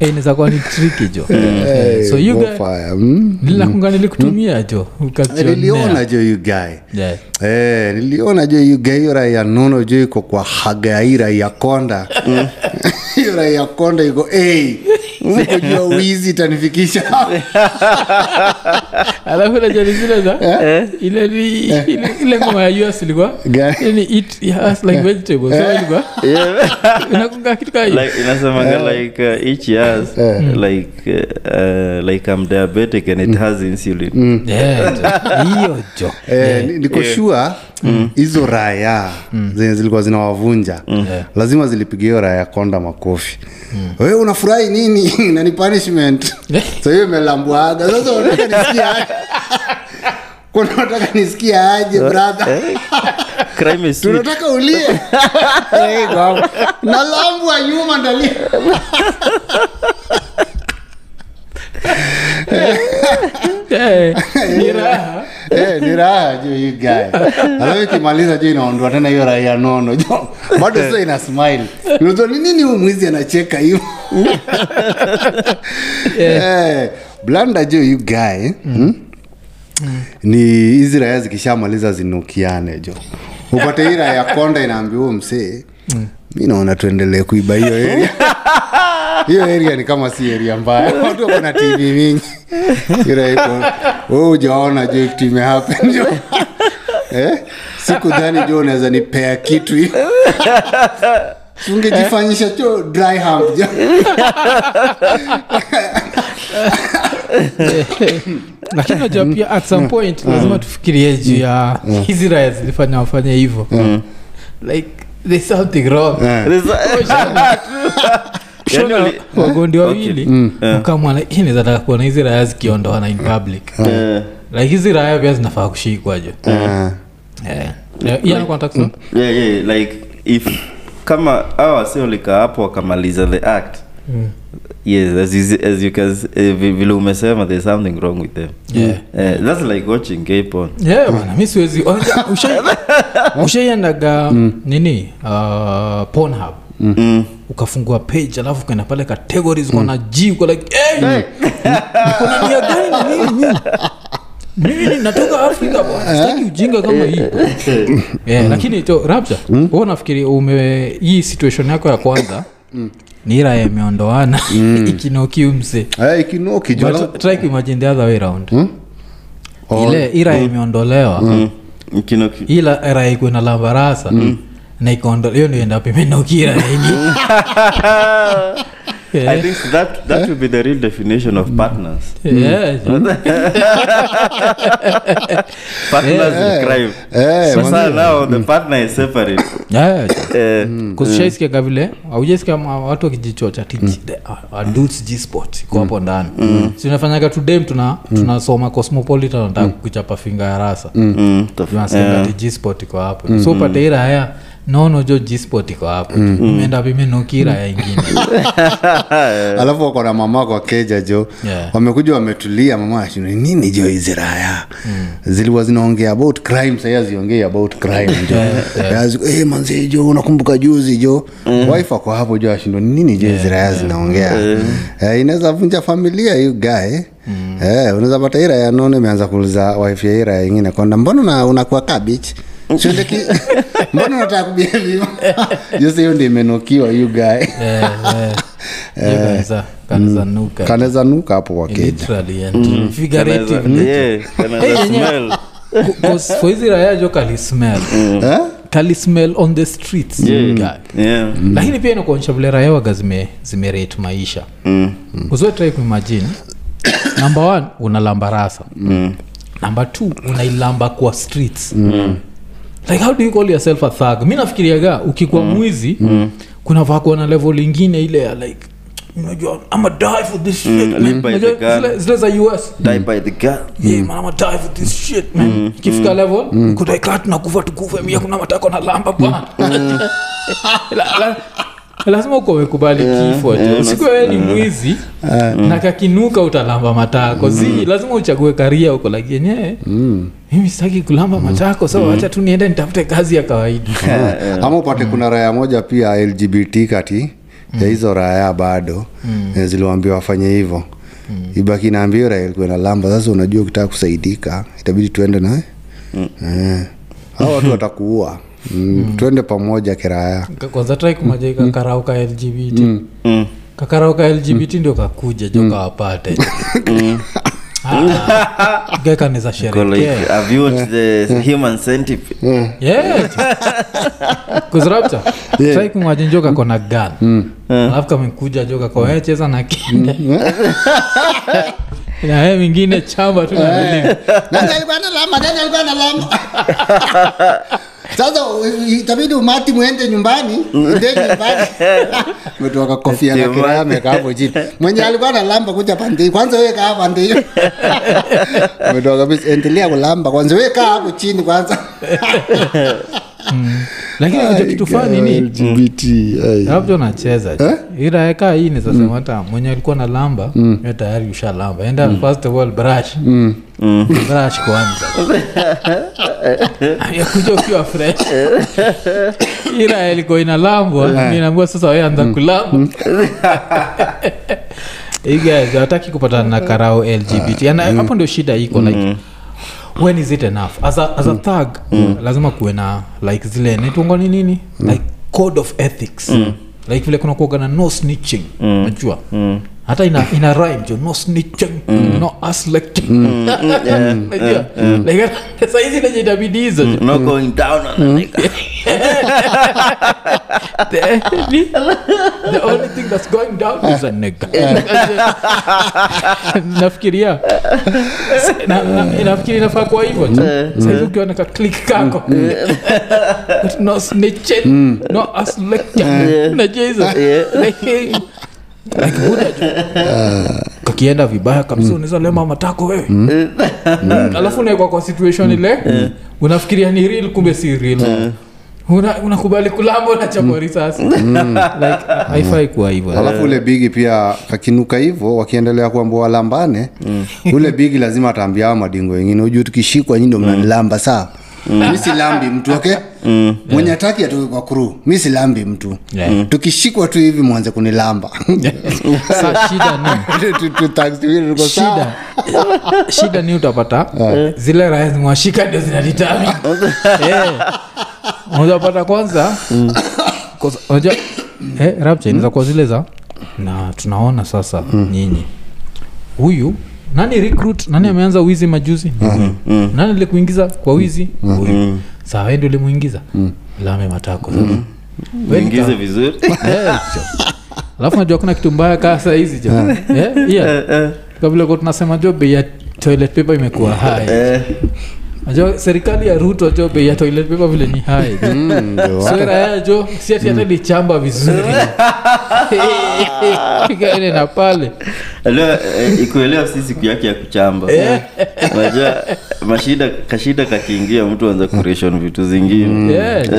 [SPEAKER 1] Eh, inaweza kuwa ni triki jo Eh, so you
[SPEAKER 2] Go
[SPEAKER 1] guys,
[SPEAKER 2] fire, mm.
[SPEAKER 1] nilakunga nilikutumia jo
[SPEAKER 2] Eh,
[SPEAKER 1] ukajionea.
[SPEAKER 2] niliona jo you guy
[SPEAKER 1] Yeah.
[SPEAKER 2] Eh, niliona jo hiyo ga- hiyo raia nono jo iko kwa hagaira ya konda hiyo raia konda iko hey, sikujua wizi itanifikisha hapo."
[SPEAKER 1] alafu najua ni zile
[SPEAKER 2] Eh?
[SPEAKER 1] za ile ni- ile- ile ngoma ya us ilikuwa
[SPEAKER 2] Gani? Eh?
[SPEAKER 1] ile ni eat us like vegetables so ilikuwa
[SPEAKER 3] Yeah.
[SPEAKER 1] inakunga kitu kaa hiyo
[SPEAKER 3] like inasemanga like uh, each years like uh, like i'm diabetic and it has insulin
[SPEAKER 1] Mm. Yeah, jo. hiyo jo
[SPEAKER 2] Eh, ni- niko shua hizo raya zenye zilikuwa zinawavunja lazima zilipiga hiyo raya konda makofi wewe unafurahi nini na ni punishment so hiyo imelambuaga sasa unataka nisikia aje? Kuna unataka nisikia aje brother
[SPEAKER 3] Eh. crime is sweet
[SPEAKER 2] tunataka ulie nalambwa nyuma ndalia
[SPEAKER 1] Eh, ni raha
[SPEAKER 2] Eh, ni raha juu hii guy alafu ikimaliza juu inaondoa tena hiyo raia nono juu bado sasa ina smile Unajua ni nini huyu mwizi anacheka hivo Eh, blanda juu you guy hmm? ni hizi raya zikishamaliza zinukiane jo upate hii raya konda inaambia huo msee mi naona tuendelee kuiba hiyo area hiyo area ni kama si area mbaya watu wako na tv mingi ira iko we ujaona jo kitu imehappen jo eh? sikudhani jo unaweza nipea kitu hiyo ungejifanyisha cho dry hump jo
[SPEAKER 1] lakini najua pia at some point lazima tufikirie juu ya hizi raya zilifanya wafanye hivyo like there's something wrong
[SPEAKER 3] There's
[SPEAKER 1] Oh,
[SPEAKER 3] a- yaani
[SPEAKER 1] Shona,
[SPEAKER 3] wali-
[SPEAKER 1] wagondi wawili mkamwana inawezataka kuona hizi raya zikiondoana in public
[SPEAKER 3] Eh,
[SPEAKER 1] like hizi raya pia zinafaa kushikwa jo
[SPEAKER 2] Ah.
[SPEAKER 1] Eh. Eh, hiyo anakuwa anataka kusema?
[SPEAKER 3] yeah, yeah, like if kama awa si walikaa hapo wakamaliza the act yes as you, as you can, eh, vi- vile umesema there's something wrong with them
[SPEAKER 1] Yeah.
[SPEAKER 3] Eh, that's like watching gay porn
[SPEAKER 1] yeah, bana mi siwezi Unajua, ushai- ushaiendaga nini uh, pornhub
[SPEAKER 3] mm.
[SPEAKER 1] ukafungua page alafu ukaenda pale categories uko na g uko like hey, kuna nia gani na mimi mimi ni- natoka afrika bwana sitaki ujinga kama hii yeah, lakini to rapta mm. nafikiri ume hii situation yako ya kwanza ni ila yameondoana ikinokiumse
[SPEAKER 2] Eh, ikinoki juu alafu-
[SPEAKER 1] try kuimagine the other way round ile ira imeondolewa
[SPEAKER 3] Mm. Kino- ki-
[SPEAKER 1] ila ira ikwe na lambarasa
[SPEAKER 3] Mm.
[SPEAKER 1] na ikaondo- hiyo ndio endapo imenokira yaani. Yeah.
[SPEAKER 3] i think that that will be the real definition of partners
[SPEAKER 1] Yeah.
[SPEAKER 3] Mm. partners in crime
[SPEAKER 2] Eh,
[SPEAKER 3] sasa now the partner is separate
[SPEAKER 1] Yeah. 'Cause
[SPEAKER 3] Eh,
[SPEAKER 1] ushaisikiaga vile aujaisikia watu wakijichocha ti-
[SPEAKER 3] Mm.
[SPEAKER 1] the- uh, adults G sport iko hapo ndani si unafanyaga tudem tuna tunasoma cosmopolitan nataka kuchapa finga ya rasa
[SPEAKER 3] mm, tof- eh,
[SPEAKER 1] unasema ati sport iko hapo so upate ira haya nono jo sport iko hapo
[SPEAKER 3] Mm.
[SPEAKER 1] imeenda pimenokira ya ingine
[SPEAKER 2] alafu wako na mama kwa keja jo
[SPEAKER 1] Yeah.
[SPEAKER 2] wamekuja wametulia mama anashindwa, nini jo hizi raya zilikuwa zinaongea about crime sahii haziongei about crime jo Yeah, ziko, "Eh, manze jo unakumbuka juzi jo wife ako hapo jo ashindo nini jo hizi raya zinaongea Eh, inaweza vunja familia hiyo gae Eh, unaweza pata ira ya nono imeanza kuuliza wife ya ira ya ingine konda mbona una- unakuwa kabich mbona unataka kubiaviva jusi hiyo ndio imenukiwa hiyo gae
[SPEAKER 1] Eh, eh. Hiyo kanisa kanisa
[SPEAKER 3] Mm.
[SPEAKER 1] nuka
[SPEAKER 2] kanaweza nuka hapo kwa keja
[SPEAKER 1] literally and figuratively
[SPEAKER 3] yeah, another
[SPEAKER 1] Hey, yenyewe.
[SPEAKER 3] smell.
[SPEAKER 1] Cause for hizi raya jo kalismel
[SPEAKER 2] Eh?
[SPEAKER 1] kalismel on the streets you guy.
[SPEAKER 3] Yeah.
[SPEAKER 1] lakini pia inakuonyesha vile raya waga zime zimerate maisha
[SPEAKER 3] Mm.
[SPEAKER 1] uzoetrai kuimajini namba one unalamba rasa
[SPEAKER 3] Mm.
[SPEAKER 1] namba two unailamba kwa streets mm. like how do you call yourself a thug mi nafikiriaga ukikuwa mm. mwizi mm. kunavaa kuwa na level ingine ile ya like unajua ama die for this shit,
[SPEAKER 3] Mm,
[SPEAKER 1] man.
[SPEAKER 3] live by
[SPEAKER 1] Unajua,
[SPEAKER 3] the gun.
[SPEAKER 1] zile- zile za us
[SPEAKER 3] Die by the gun.
[SPEAKER 1] Yeah, man, I'ma die for this shit, man.
[SPEAKER 3] Mm,
[SPEAKER 1] ikifika level kudaikaa tunakufa tukufe mia kuna matako na lamba bwana
[SPEAKER 3] Mm,
[SPEAKER 1] La- la- lazima uko umekubali kifo tu usikuwa wewe ni mwizi na kakinuka utalamba
[SPEAKER 3] Mm.
[SPEAKER 1] matako si lazima uchague karia huko laki yenyewe mimi sitaki
[SPEAKER 3] Mm.
[SPEAKER 1] kulamba matako so wacha tu niende nitafute kazi ya kawaida
[SPEAKER 2] ama upate kuna raya moja pia lgbt kati ya hizo raya bado mm. ziliwambia wafanye hivyo mm. ibaki naambia raya ilikuwa na lamba sasa unajua ukitaka kusaidika itabidi tuende naye Eh. hao watu watakuua mm. tuende pamoja kiraya
[SPEAKER 1] Ka- kwanza trai kumaja kakarauka lgbt
[SPEAKER 3] Mm.
[SPEAKER 1] kakarauka lgbt ndio kakuja jo kawapate Ah, ge kanisa
[SPEAKER 3] Go Mm. like,
[SPEAKER 1] sherekee
[SPEAKER 3] have you watched the human centipede?
[SPEAKER 1] kuzrapta sai kumwajinjo kako na gan alafu kamekuja jo kako "Eh, cheza na kinde na yeye mingine chamba tu na nini.
[SPEAKER 2] nani alikuwa na lamba nani alikuwa na lamba sasa u- itabidi umati mwende nyumbani nde nyumbani metoka kofia na kiraya amekaa hapo chini mwenye alikuwa na lamba kuja pande kwanza wewe kaa pande hiyo metoka kabisa endelea kulamba kwanza wewe kaa hapo chini kwanza
[SPEAKER 1] lakini kitu kitu fani ni
[SPEAKER 2] LGBT
[SPEAKER 1] labda unacheza ila eka hii ni sasema hata mwenye alikuwa na lamba yo tayari ushalamba enda first of all brush brush kwanza yakuja ukiwa fresh ila ilikuwa inalambwa ninaambua ah. sasa we anza kulamba You guys hawataki kupatana na karao lgbt And hapo ndio shida iko like when is it enough as a, as a thug lazima kuwe na like zile naitwangwa ni nini like code of ethics like vile kuna kuoga na no snitching najua hata ina, ina rhyme jo no snitching no aslecting najua like saizi lenye itabidi hizo jo.
[SPEAKER 3] Not going down
[SPEAKER 1] Mm.
[SPEAKER 3] on a nigga.
[SPEAKER 1] the, the only thing that's going down is a nigga nafikiria na- na- nafikiri inafaa kuwa hivyo tu saizi ukiwa naka klik kako But no snitching no aslecting najua hizo Like, like buda tu kakienda vibaya kabisa unaweza lema matako wewe Mm. alafu unaekwa kwa situation ile unafikiria ni real kumbe si real Una- unakubali kulamba unachapwa risasi like haifai kuwa hivyo
[SPEAKER 3] Eh.
[SPEAKER 2] alafu ule bigi pia kakinuka hivyo wakiendelea kuamba walambane
[SPEAKER 3] Mm.
[SPEAKER 2] ule bigi lazima ataambia hao madingo wengine ujue tukishikwa nyi ndo
[SPEAKER 3] Mm.
[SPEAKER 2] mnanilamba saa mi silambi mtu okay mwenye ataki atoke kwa kru mi silambi mtu
[SPEAKER 1] Yeah. Mm.
[SPEAKER 2] tukishikwa tu hivi mwanze kunilamba
[SPEAKER 1] Sa- shida ni
[SPEAKER 2] Tu- tu- thanks, tu- tuko sawa.
[SPEAKER 1] shida shida ni utapata zile raya zimewashika ndio zinaditami unazapata kwanza kwanza- unajua eh, rapture inaweza kuwa zile za na tunaona sasa nyinyi huyu nani recruit nani ameanza wizi majuzi Ni huyu.
[SPEAKER 3] Mm-hmm. Mm.
[SPEAKER 1] nani likuingiza kwa wizi huyu saa wendi ulimuingiza lame matako sasa. Wewe ni
[SPEAKER 3] uingize vizuri
[SPEAKER 1] Eh, jo. alafu najua kuna kitu mbaya kaa saa hizi jo Eh, yeah. kabla kwa tunasema jo bei ya toilet paper imekuwa hai
[SPEAKER 3] Eh,
[SPEAKER 1] najua serikali ya ruto jo bei ya toilet paper vile ni hai
[SPEAKER 2] Mm, ndio.
[SPEAKER 1] swera ya jo si ati hata lichamba vizuri Piga ile na pale
[SPEAKER 3] Leo, eh, ikuelewa si siku yake ya kuchamba Unajua, mashida kashida kakiingia mtu anza kuration vitu zingine
[SPEAKER 1] Yeah, jo.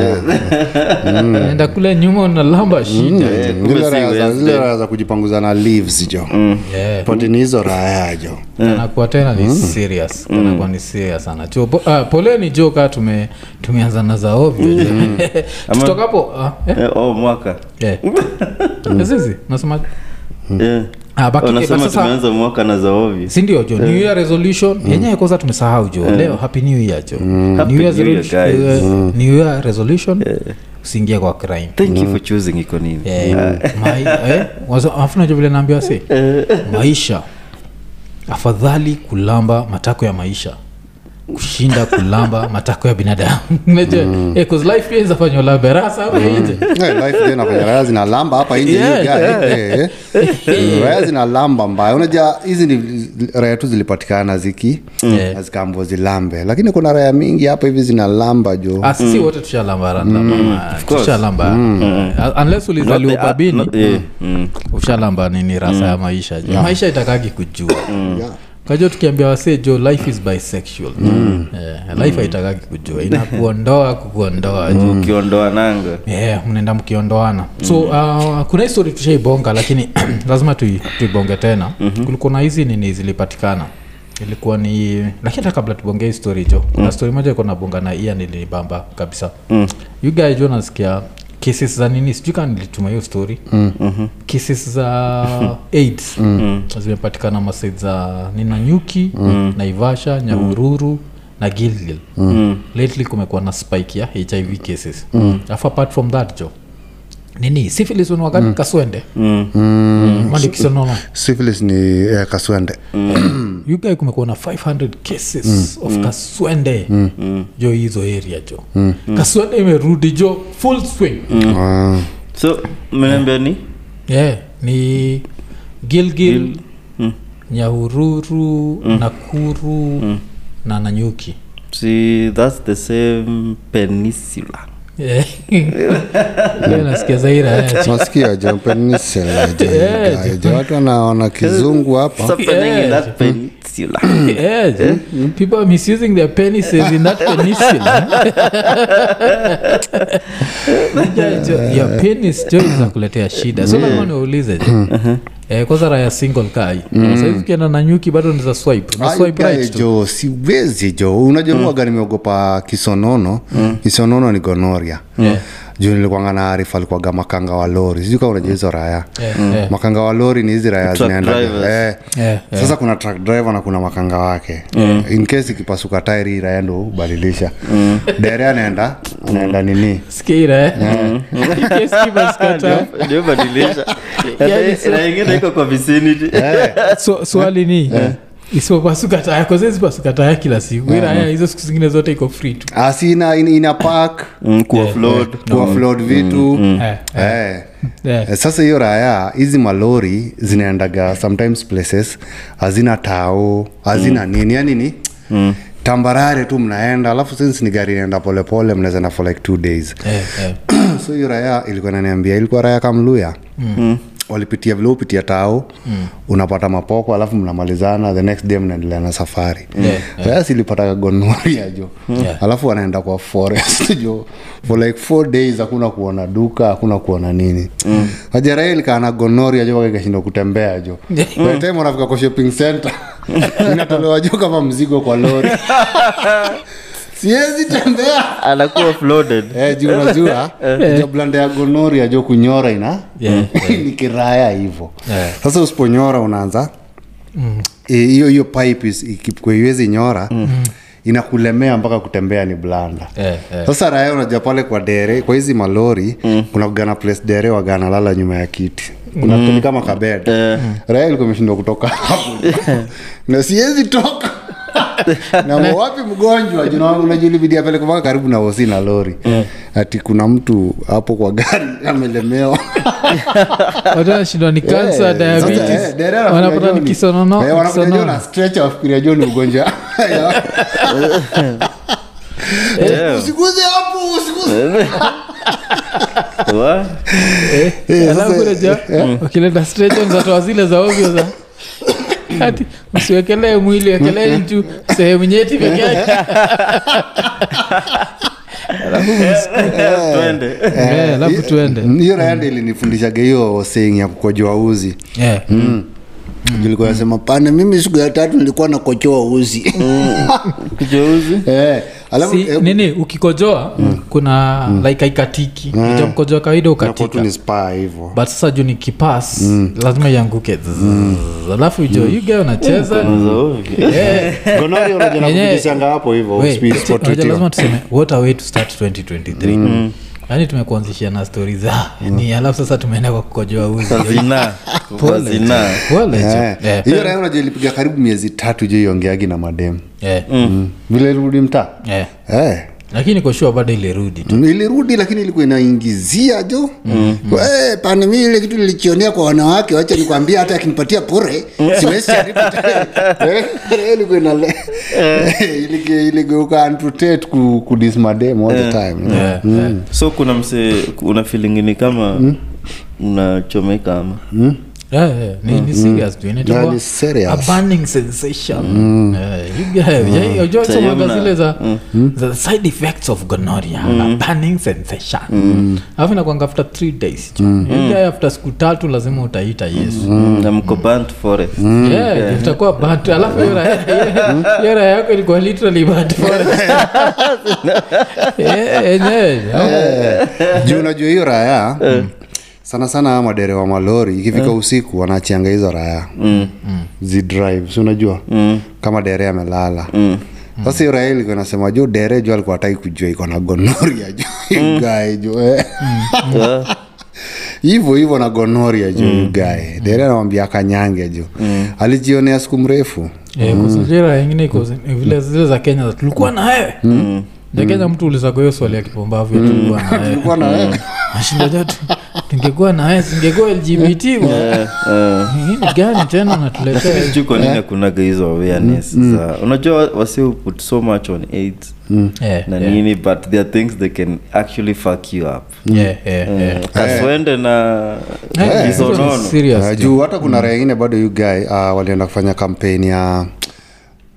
[SPEAKER 1] naenda kule nyuma unalamba shida
[SPEAKER 3] Eh,
[SPEAKER 2] Mm,
[SPEAKER 3] kumbe
[SPEAKER 2] zile
[SPEAKER 3] si
[SPEAKER 2] raha za-
[SPEAKER 3] Wednesday. Mm.
[SPEAKER 2] zile raha za kujipanguza na leaves jo
[SPEAKER 1] Yeah.
[SPEAKER 2] pati ni hizo raha jo
[SPEAKER 1] anakuwa tena ni serious
[SPEAKER 3] Mm.
[SPEAKER 1] anakuwa ni serious sana cho po, ah, poleni jo kaa tume, tumeanza na za ovyo
[SPEAKER 3] Mm.
[SPEAKER 1] tutokapo ah, eh,
[SPEAKER 3] Eh, oh mwaka
[SPEAKER 1] eh. Azizi, unasema-
[SPEAKER 3] Eh.
[SPEAKER 1] ah, baki- eh,
[SPEAKER 3] Mm. unasema
[SPEAKER 1] but sasa-
[SPEAKER 3] tumeanza Eh. Mm. mwaka na zaovi
[SPEAKER 1] sindio jo new year resolution yenyewe kwanza tumesahau jo leo happy new year jo
[SPEAKER 3] Eh. Mm. Happy
[SPEAKER 1] new year,
[SPEAKER 3] New Year,
[SPEAKER 1] resolu-
[SPEAKER 3] guys. Mm. Eh.
[SPEAKER 1] eh, new year resolution usiingie kwa crime
[SPEAKER 3] thank you for choosing iko nini Mm.
[SPEAKER 1] Eh, mai- eh, wazo- alafu najua vile naambiwa si maisha afadhali kulamba matako ya maisha kushinda kulamba matako ya binadamu Unajua,
[SPEAKER 3] Mm.
[SPEAKER 1] eh, 'cause life pia inaweza fanywa ulambe raha sana, eh,
[SPEAKER 2] Eh, life tena kwenye raya zinalamba hapa nje hiyo
[SPEAKER 1] Yeah,
[SPEAKER 2] guy. Eh, eh. raya zinalamba mbaya unajua hizi ni raya tu zilipatikana ziki
[SPEAKER 1] Yeah.
[SPEAKER 2] na zikaambwa zilambe lakini kuna raya mingi hapa hivi zinalamba jo
[SPEAKER 1] Ah, sisi wote
[SPEAKER 3] Mm. course. Mm.
[SPEAKER 1] tushalambatushalamba Uh, unless ulizaliwa
[SPEAKER 3] Not the-
[SPEAKER 1] babini
[SPEAKER 3] not- Mm. eh, mm.
[SPEAKER 1] ushalamba nini rasa ya maisha jo maisha itakagi kujua
[SPEAKER 3] Mm.
[SPEAKER 2] Yeah.
[SPEAKER 1] kajua tukiambia wasee jo life is bisexual
[SPEAKER 3] Mm.
[SPEAKER 1] Eh, life haitakagi kujua inakuondoa kukuondoa
[SPEAKER 3] Mm.
[SPEAKER 1] jo
[SPEAKER 3] ukiondoa nanga
[SPEAKER 1] yeah, mnaenda mkiondoana so uh, kuna histori tushaibonga lakini lazima tui- tuibonge tena mm-hmm. kulikuwa na hizi nini zilipatikana ilikuwa ni lakini hata kabla tubongee histori jo kuna mm. stori moja iko nabonga na ia nilinibamba kabisa mm. yugae jo nasikia cases za nini sijui kaa nilituma hiyo story mm-hmm. cases za aids mm. zimepatikana masaid za nina nyuki mm. naivasha nyahururu na gilgil mm. lately kumekuwa na spike ya hiv cases alafu apart from that jo nini syphilis ni wakati kaswende mandikisenono
[SPEAKER 2] syphilis ni eh, kaswende
[SPEAKER 1] ugai kumekuwa na 500 cases of kaswende jo hizo area jo kaswende imerudi jo full swing
[SPEAKER 2] Ah.
[SPEAKER 3] so mnaambia ni
[SPEAKER 1] yeah, ni gilgil nyahururu nakuru na nanyuki
[SPEAKER 3] see that's the same peninsula
[SPEAKER 1] Yeah. Leo nasikia zaira eh.
[SPEAKER 2] unasikia jo penisela jo
[SPEAKER 1] Eh,
[SPEAKER 2] guy, jo. watu wanaona kizungu hapa
[SPEAKER 3] What's happening in
[SPEAKER 1] Yeah.
[SPEAKER 3] that peninsula
[SPEAKER 1] Yes. People are misusing their penises in that peninsula. Yeah, jo- your penis jo inakuletea shida so lazima niwaulize jo eh, kwanza raya single kai saizi ukienda na nyuki bado niza swipe na
[SPEAKER 2] Ah,
[SPEAKER 1] swipe
[SPEAKER 2] ikae
[SPEAKER 1] right tu Mm.
[SPEAKER 2] jo siwezi jo unajamuaga nimeogopa kisonono kisonono ni gonoria
[SPEAKER 1] Yeah.
[SPEAKER 2] juu nilikwanga na arifa alikuwaga makanga wa lori sijui kama unajua hizo raya
[SPEAKER 1] Yeah, yeah.
[SPEAKER 2] makanga wa lori ni hizi raya
[SPEAKER 3] Truck
[SPEAKER 2] zinaenda
[SPEAKER 3] drivers.
[SPEAKER 2] eh.
[SPEAKER 1] Yeah, yeah.
[SPEAKER 2] sasa kuna truck driver na kuna makanga wake in case ikipasuka tairi hii raya ndo hubadilisha
[SPEAKER 1] Mm.
[SPEAKER 2] dere anaenda anaenda nini
[SPEAKER 1] skira eh. Skiba, skata.
[SPEAKER 3] ndio badilisha Yaani ingine iko kwa vicinity
[SPEAKER 1] So- swali ni isipopasuka taya kozezipasuka taya kila siku iraya hizo siku zingine zote iko free tu
[SPEAKER 2] asina in, Ah, ina park
[SPEAKER 3] Mm, kuwa flood
[SPEAKER 2] kuwa flood vitu
[SPEAKER 1] Eh,
[SPEAKER 2] Eh.
[SPEAKER 1] eh.
[SPEAKER 2] Eh, sasa hiyo raya hizi malori zinaendaga sometimes places hazina tao hazina mm. nini yani ni mm. tambarare tu mnaenda alafu since ni gari inaenda polepole mnaweza na for like two days
[SPEAKER 1] Eh, eh.
[SPEAKER 2] so hiyo raya ilikuwa naniambia ilikuwa raya kamluya mm. walipitia vile upitia tao mm. unapata mapoko alafu mnamalizana the next day mnaendelea na safari
[SPEAKER 1] Yeah,
[SPEAKER 2] sasa ilipataka gonoria jo
[SPEAKER 1] Yeah.
[SPEAKER 2] alafu wanaenda kwa forest jo for like four days hakuna kuona duka hakuna kuona nini mm. ajaraa ilikaa na gonoria jo mpaka ikashindwa kutembea jo by the time wanafika kwa shopping center inatolewa jo kama mzigo kwa lori siwezi tembea
[SPEAKER 3] anakuwa flooded
[SPEAKER 2] Eh, juu unajua jo blanda ya gonoria jo kunyora ina
[SPEAKER 1] Yeah,
[SPEAKER 2] ni kiraya hivo
[SPEAKER 1] Yeah. Mm.
[SPEAKER 2] sasa usiponyora unaanza eh, hiyo hiyo pipe is- ikipikwa iwezi nyora inakulemea mpaka kutembea ni blanda
[SPEAKER 1] Eh, eh. Mm.
[SPEAKER 2] sasa raya unajua pale kwa dere kwa hizi malori kuna kugana place dere wagana lala nyuma ya kiti kuna mm. kama kabed
[SPEAKER 1] Eh.
[SPEAKER 2] raya ilikuwa imeshindwa kutoka hapo na siwezi toka nama wapi mgonjwa Juna- unajulibidi apeleke mpaka karibu na hosi na lori ati kuna mtu hapo kwa gari amelemewa
[SPEAKER 1] Watu wanashindwa ni cancer,
[SPEAKER 2] Eh,
[SPEAKER 1] diabetes, wanapata ni kisonono- kisonono.
[SPEAKER 2] wanafikiria jo ni ugonjwa usiguze hapo usiguze
[SPEAKER 3] Wa?
[SPEAKER 1] Eh,
[SPEAKER 2] Eh,
[SPEAKER 1] alafu
[SPEAKER 2] sasa-
[SPEAKER 1] unajua, wakileta stretchers watoa zile za ovyo za ati msiwekelee mwili wekelee
[SPEAKER 2] Eh,
[SPEAKER 1] juu sehemu nyeti peke yake Alafu msku-
[SPEAKER 3] twende
[SPEAKER 1] Eh, alafu tuende
[SPEAKER 2] Mm, hiyo rayanda ilinifundishaga hiyo saying ya kukojoa uzi
[SPEAKER 1] Eh,
[SPEAKER 2] Mm.
[SPEAKER 1] Mm.
[SPEAKER 2] ilikuwa nasema pane mimi siku ya tatu nilikuwa nakochoa uzi
[SPEAKER 3] kijeuzi
[SPEAKER 2] Eh, alafu
[SPEAKER 1] Mm. si-
[SPEAKER 2] eh, mm.
[SPEAKER 1] nini ukikojoa kuna like aikatiki ja mkojoa kawaida
[SPEAKER 2] inakuwa tu
[SPEAKER 1] ukatika
[SPEAKER 2] ni spa hivo
[SPEAKER 1] but sasa juu ni kipas
[SPEAKER 2] Mm.
[SPEAKER 1] lazima ianguke Zzz. alafu jo yuge unacheza
[SPEAKER 2] Mm.
[SPEAKER 1] Eh,
[SPEAKER 2] gonori unajana
[SPEAKER 1] Yenyewe-
[SPEAKER 2] kupitishanga hapo hivo
[SPEAKER 1] Wait,
[SPEAKER 2] speed
[SPEAKER 1] ati-
[SPEAKER 2] spot Mm.
[SPEAKER 1] unajua
[SPEAKER 2] tutio.
[SPEAKER 1] lazima tuseme what a way to start 2023 yaani tumekuanzishia na stori za
[SPEAKER 2] Mm.
[SPEAKER 1] ni alafu sasa tumeenda kwa kukojoa uzi
[SPEAKER 3] zina Kwa
[SPEAKER 1] Pole.
[SPEAKER 3] zina
[SPEAKER 1] Pole, jo.
[SPEAKER 2] Eh,
[SPEAKER 1] Eh,
[SPEAKER 2] hiyo raya unajua ilipiga karibu miezi tatu jo iongeagi na mademu
[SPEAKER 1] eh,
[SPEAKER 2] Mm. vile ilirudi mtaa
[SPEAKER 1] eh.
[SPEAKER 2] Eh. Mm.
[SPEAKER 1] lakini kwa shua bado ilirudi tu
[SPEAKER 2] ilirudi lakini ilikuwa inaingizia jo
[SPEAKER 1] Mm.
[SPEAKER 2] Eh, pani mi ile kitu nilichionea kwa wanawake wacha nikwambia hata akinipatia pore siwezi haribu tena. Eh, ilikuwa inale-
[SPEAKER 1] Eh.
[SPEAKER 2] Ilike- iligeuka amputate ku- kudismadem all the time
[SPEAKER 1] Eh, eh.
[SPEAKER 3] so kuna mse una feeling ni kama
[SPEAKER 1] Mm.
[SPEAKER 3] unachomeka ama
[SPEAKER 1] Yeah, yeah. Ni, ni serious tu inaitwa
[SPEAKER 2] Mm. Yeah, ni serious. Mm.
[SPEAKER 1] a burning sensation Eh, you get- yeah, unajua
[SPEAKER 3] Sasa hiyo
[SPEAKER 1] somaga
[SPEAKER 3] mna-
[SPEAKER 1] zile za za side effects of gonorrhea
[SPEAKER 2] Mm.
[SPEAKER 1] a burning sensation alafu inakwanga after 3 days jo.
[SPEAKER 2] Mm.
[SPEAKER 1] You get after siku tatu lazima utaita yesu
[SPEAKER 3] Mm, na mko
[SPEAKER 1] Mm.
[SPEAKER 3] burnt forest
[SPEAKER 1] Yeah, itakuwa burnt. alafu hiyo raha- hiyo raha yako ilikuwa literally burnt forest. Yeah, yenyewe,
[SPEAKER 2] Hmm.
[SPEAKER 1] yeah.
[SPEAKER 2] Eh. juu unajua hiyo raya
[SPEAKER 1] Eh.
[SPEAKER 2] sana sana haya madere wa malori ikifika usiku wanachianga hizo raya
[SPEAKER 3] Mm.
[SPEAKER 2] zidrive si unajua kama dere amelala
[SPEAKER 3] Mm.
[SPEAKER 2] sasa hiyo raya ilikuwa inasema juu dere juu alikuwa ataki kujua iko na gonoria juu gae juu eh. hivyo hivyo na gonoria juu gae dere anawambia akanyange juu alijionea siku mrefu
[SPEAKER 1] Eh, kusikia raha ingine iko zi- eh, vile zile za kenya za tulikuwa na wewe Ja kenya mtu ulizako hiyo swali ya kipumbavu ya tulikuwa na wewe
[SPEAKER 2] Ulikuwa na wewe?
[SPEAKER 1] Nashinda tu, tungekuwa na wewe singekuwa lgbt bwana. Hii ni gani tena unatuletea
[SPEAKER 3] juu kwa nini akunaga hizo awareness za unajua wasi put so much on aids
[SPEAKER 1] Eh,
[SPEAKER 3] na
[SPEAKER 1] eh,
[SPEAKER 3] nini but there are things they can actually fuck you up
[SPEAKER 1] eh, eh,
[SPEAKER 3] Hmm.
[SPEAKER 1] eh.
[SPEAKER 3] kaswende na
[SPEAKER 1] Eh, hizo ni
[SPEAKER 3] kisonono
[SPEAKER 1] serious Mm.
[SPEAKER 2] Uh, juu hata kuna raia ingine bado you guy uh, walienda kufanya kampeni ya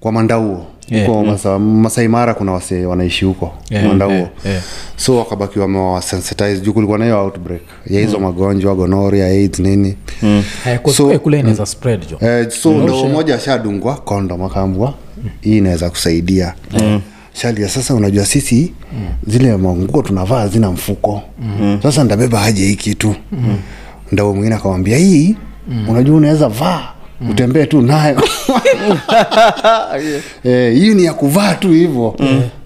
[SPEAKER 2] kwa mandauo
[SPEAKER 1] Yeah.
[SPEAKER 2] huko Masa- masai mara kuna wasee wanaishi huko
[SPEAKER 1] Yeah,
[SPEAKER 2] mandauo
[SPEAKER 1] yeah, yeah.
[SPEAKER 2] so wakabaki wamewasensitize juu kulikuwa na hiyo outbreak ya hizo
[SPEAKER 1] Mm.
[SPEAKER 2] magonjwa gonoria aids nini
[SPEAKER 1] Eh, kwa
[SPEAKER 2] So-
[SPEAKER 1] kule- kule inaweza spread jo
[SPEAKER 2] Eh, so ndoo moja ashadungwa kondom akaambwa hii inaweza kusaidia shalia sasa unajua sisi zile manguo tunavaa hazina mfuko sasa ndabeba aje hii kitu ndao mwingine akamwambia hii unajua unaweza vaa utembee tu nayo Eh, hii ni ya kuvaa tu hivo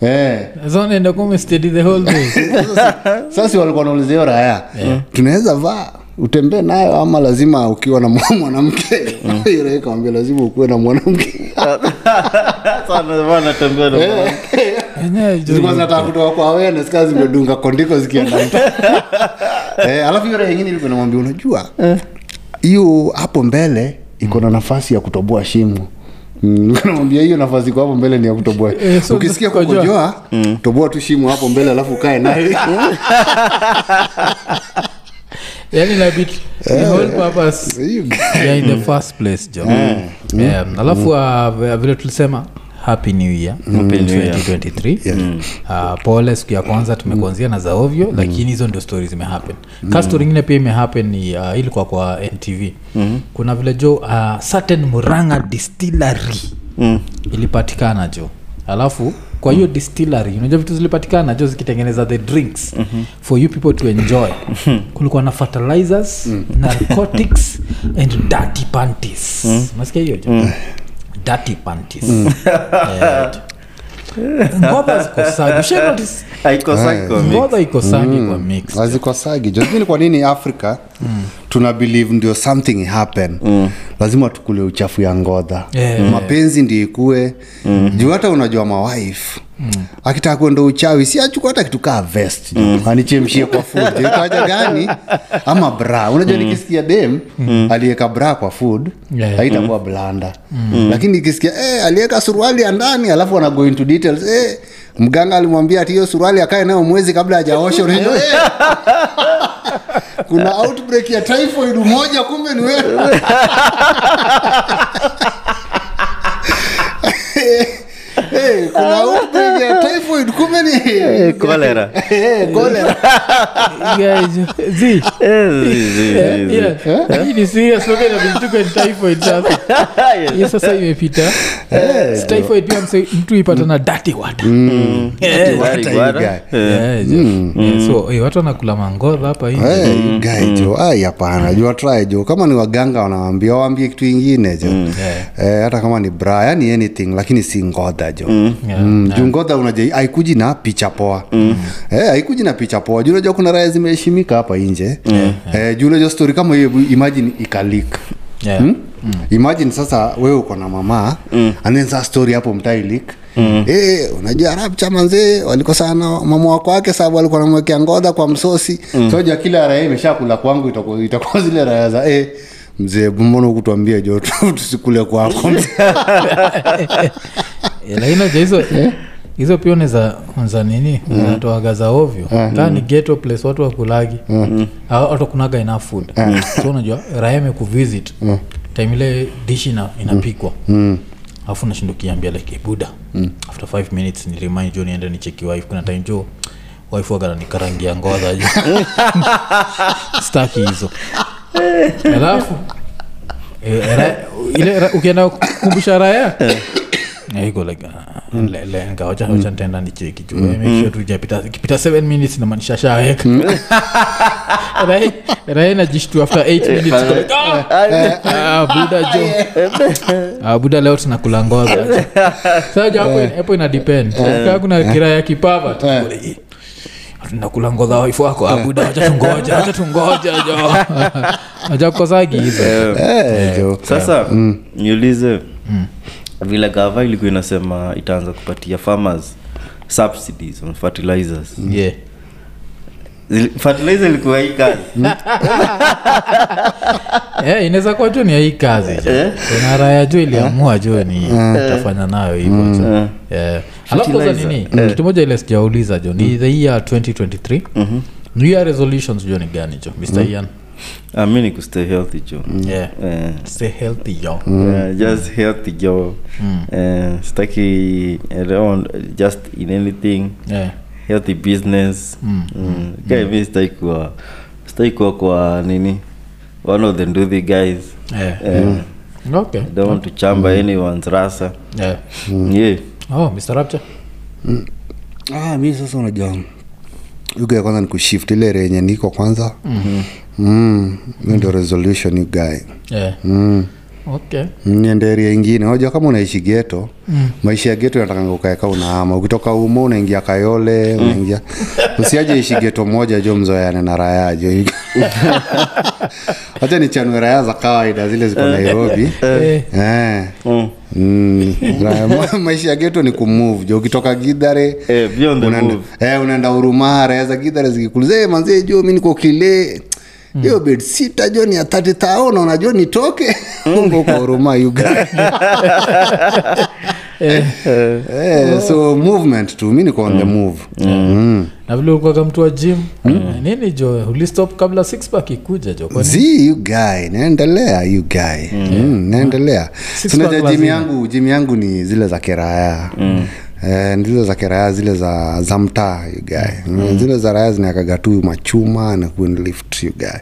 [SPEAKER 2] eh,
[SPEAKER 1] Sasa unaenda kuwa umesteady the whole day
[SPEAKER 2] sasa walikuwa nauliza hiyo raya tunaweza vaa utembee nayo ama lazima ukiwa na mwa- mwanamke Hiyo raya ikamwambia lazima ukuwe na mwanamke
[SPEAKER 3] sana natembea na mwanamke.
[SPEAKER 1] Yenyewe jo,
[SPEAKER 2] zilikuwa zinataka kutoka kwa awareness kaa zimedunga kondiko zikienda mtu eh, alafu hiyo raya ingine ilikuwa namwambia unajua
[SPEAKER 1] Eh.
[SPEAKER 2] hiyo hapo mbele iko na nafasi ya kutoboa shimo Mm, namwambia hiyo nafasi iko hapo mbele ni ya kutoboa
[SPEAKER 1] Eh, so Mm.
[SPEAKER 2] ukisikia
[SPEAKER 1] kukojoa.
[SPEAKER 2] kukojoa toboa tu shimo hapo mbele alafu ukae nayo
[SPEAKER 1] yani inabidi the whole purpose yeah, in the first place jo
[SPEAKER 3] Eh,
[SPEAKER 1] um, alafu uh, vile tulisema happy new year
[SPEAKER 3] Happy New Year. Mm.
[SPEAKER 1] 2023 uh, pole siku ya kwanza tumekuanzia na za ovyo lakini hizo ndio stori zimehappen ka stori ingine pia imehappen ni uh, ilikuwa kwa ntv
[SPEAKER 3] Mm-hmm.
[SPEAKER 1] kuna vile jo uh, certain muranga distillery
[SPEAKER 3] Mm.
[SPEAKER 1] ilipatikana jo alafu kwa hiyo distillery unajua vitu zilipatikana jo zikitengeneza the drinks mm-hmm. for you people to enjoy kulikuwa na fertilizers narcotics and dirty panties unasikia hiyo jo dirty panties Eh, jo. Ngoma ziko sagi. Ushawahi notice?
[SPEAKER 3] Haiko sako mix.
[SPEAKER 1] Ngoma iko sagi kwa mix
[SPEAKER 2] hazikosagi jozini kwa nini afrika tuna believe ndio something happen lazima tukule uchafu ya ngodha Mm.
[SPEAKER 1] Yeah.
[SPEAKER 2] mapenzi ndio ikue juu hata unajua mawife
[SPEAKER 1] Mm.
[SPEAKER 2] akitaka kuenda uchawi si achukua hata kitu kaa vest anichemshie kwa food itaja gani ama bra unajua nikisikia dem aliweka bra kwa food
[SPEAKER 1] Mm. Yeah. Mm.
[SPEAKER 2] haitakuwa blanda lakini nikisikia eh, aliweka suruali ya ndani alafu ana go into details eh, mganga alimwambia ati hiyo suruali akae nayo mwezi kabla hajaosha unajua eh, kuna outbreak ya typhoid moja kumbe ni wewe Eh, kuna outbreak ya typhoid kumbe ni
[SPEAKER 3] Eh, cholera.
[SPEAKER 2] Eh, cholera.
[SPEAKER 1] Yeah, jo. Zee.
[SPEAKER 3] Eh, zi, zi, zi, zi.
[SPEAKER 1] Yeah. Hii ni serious, look at the bill, tuko in typhoid sasa. hiyo sasa imepita Si typhoid pia mse- mtu ipata na dirty water. Eh,
[SPEAKER 3] Dirty
[SPEAKER 2] water, you
[SPEAKER 3] water.
[SPEAKER 2] guy.
[SPEAKER 3] Eh.
[SPEAKER 1] eh, jo. Eh, so eh, watu wanakula mangodha hapa hivi.
[SPEAKER 2] Eh, you guy, jo ai hapana jua try jo kama ni waganga wanawambia waambie kitu ingine jo eh, hata kama ni bra yani anything lakini si ngodha jo
[SPEAKER 1] Yeah.
[SPEAKER 2] Mm, juu ngodha unaja haikuji na picha poa eh, haikuji na picha poa juu unajua kuna raya zimeheshimika hapa nje eh, juu unajua story kama hiyo imagine ikalik
[SPEAKER 1] Yeah.
[SPEAKER 2] Mm. imagine sasa wewe uko na mama mm. and then saa story hapo mtailik mm. e, unajua rapcha manzee walikosana mama wako wake sababu alikuwa namwekea ngodha kwa msosi mm. soja kila raha imeshakula kwangu itakuwa itakuwa zile raha za e, mzee mbona hukutuambia jo tusikule kwako mzee?"
[SPEAKER 1] Eh, lakini acha hizo hizo pia unaweza unza nini unatoaga za ovyo kaa ni ghetto place watu wakulagi Au- watu kunaga enough food so unajua raha imekuvisit time ile dish ina, inapikwa alafu nashinda ukiambia like "Eh, buda after five minutes ni remind jo niende nicheki wife kuna time jo wife wagananikarangia ngodha jo staki hizo alafu eh, ra- ile ra- ukienda kukumbusha raya Eh, Mm. iko like ah, le- lenga wacha- wacha nitaenda nicheki juu, eh, make sure tu hujapita- ikipita seven minutes inamaanisha shaweka Rai- rai najishtu after eight minutes, iko like, "Ah, ah, buda jo Ah, buda leo tunakula ngoza saja hapo ina depend kaa kuna kira ya kipapa tu kule, "Eh, tunakula ngoza waifu wako ah, buda wacha tungoja wacha tungoja jo wacha kukosagi hizo
[SPEAKER 2] Eh, jo.
[SPEAKER 3] sasa niulize vile gava ilikuwa inasema itaanza kupatia farmers subsidies on fertilizers
[SPEAKER 1] yeah
[SPEAKER 3] Zili- fertilizer ilikuwa hii kazi
[SPEAKER 1] Eh, inaweza kuwa juu ni ya hii kazi jo.
[SPEAKER 3] Eh.
[SPEAKER 1] kuna raya juu iliamua juu ni tafanya nayo hivyo jo.
[SPEAKER 3] Eh.
[SPEAKER 1] Eh, alafu kwanza
[SPEAKER 3] Fertilizer.
[SPEAKER 1] nini kitu moja ile sijauliza jo ni the year 2023
[SPEAKER 3] Mm-hmm.
[SPEAKER 1] new year resolutions jo ni gani jo mr ian
[SPEAKER 3] Ah, mi ni kustay healthy jo
[SPEAKER 1] Mm. yeah
[SPEAKER 3] Eh,
[SPEAKER 1] stay healthy jo
[SPEAKER 2] Mm.
[SPEAKER 3] eh, just healthy jo Eh, sitaki around eh, just in anything
[SPEAKER 1] yeah
[SPEAKER 3] healthy business Mm. Guy, mi sitaki kuwa sitaki kuwa kwa nini one of the nduthi guys
[SPEAKER 1] yeah
[SPEAKER 3] Eh,
[SPEAKER 1] okay
[SPEAKER 3] I don't want to chamba anyone's rasa
[SPEAKER 1] yeah
[SPEAKER 3] yeah
[SPEAKER 1] oh mr rapture
[SPEAKER 2] ah, mi sasa unajua ugae kwanza ni kushift ile raha yenye niko kwanza mm-hmm. mm, hiyo ndio resolution ugae
[SPEAKER 1] yeah
[SPEAKER 2] mm.
[SPEAKER 1] okay
[SPEAKER 2] niende area ingine unajua kama unaishi geto mm. maisha ya geto yanatakanga ukaeka unaama ukitoka umo unaingia kayole mm. unaingia usiaje ishi geto moja jo mzoeane na raya jo hacha nichanue raya za kawaida zile ziko nairobi
[SPEAKER 1] eh
[SPEAKER 2] eh.
[SPEAKER 3] mm.
[SPEAKER 2] mm. Raya mo- maisha ya geto ni kumove jo ukitoka gidhare
[SPEAKER 3] eh, beyond the
[SPEAKER 2] unaenda,
[SPEAKER 3] move
[SPEAKER 2] eh, unaenda urumara eza gidhare zikikuliza manzee jo mi niko kile
[SPEAKER 3] Hmm.
[SPEAKER 2] hiyo bed sita jo ni ya
[SPEAKER 3] Hmm.
[SPEAKER 2] 30000 unajua nitoke ungo kwa uruma yuga Eh, so movement tu mi niko on the
[SPEAKER 3] Hmm.
[SPEAKER 2] move Mm.
[SPEAKER 1] na vile ulikuwaga mtu wa gym Eh, nini jo ulistop kabla sixpack ikuja jo
[SPEAKER 2] Mm.
[SPEAKER 1] kwani
[SPEAKER 2] Zii, you guy naendelea you guy Mm, naendelea
[SPEAKER 1] Six
[SPEAKER 2] sinaja
[SPEAKER 1] pack
[SPEAKER 2] jim
[SPEAKER 1] lazima.
[SPEAKER 2] yangu jim yangu ni zile za keraya Eh, zile za keraya zile za za mtaa you guy mm. zile za raya zinaekaga tu machuma na kulift you guy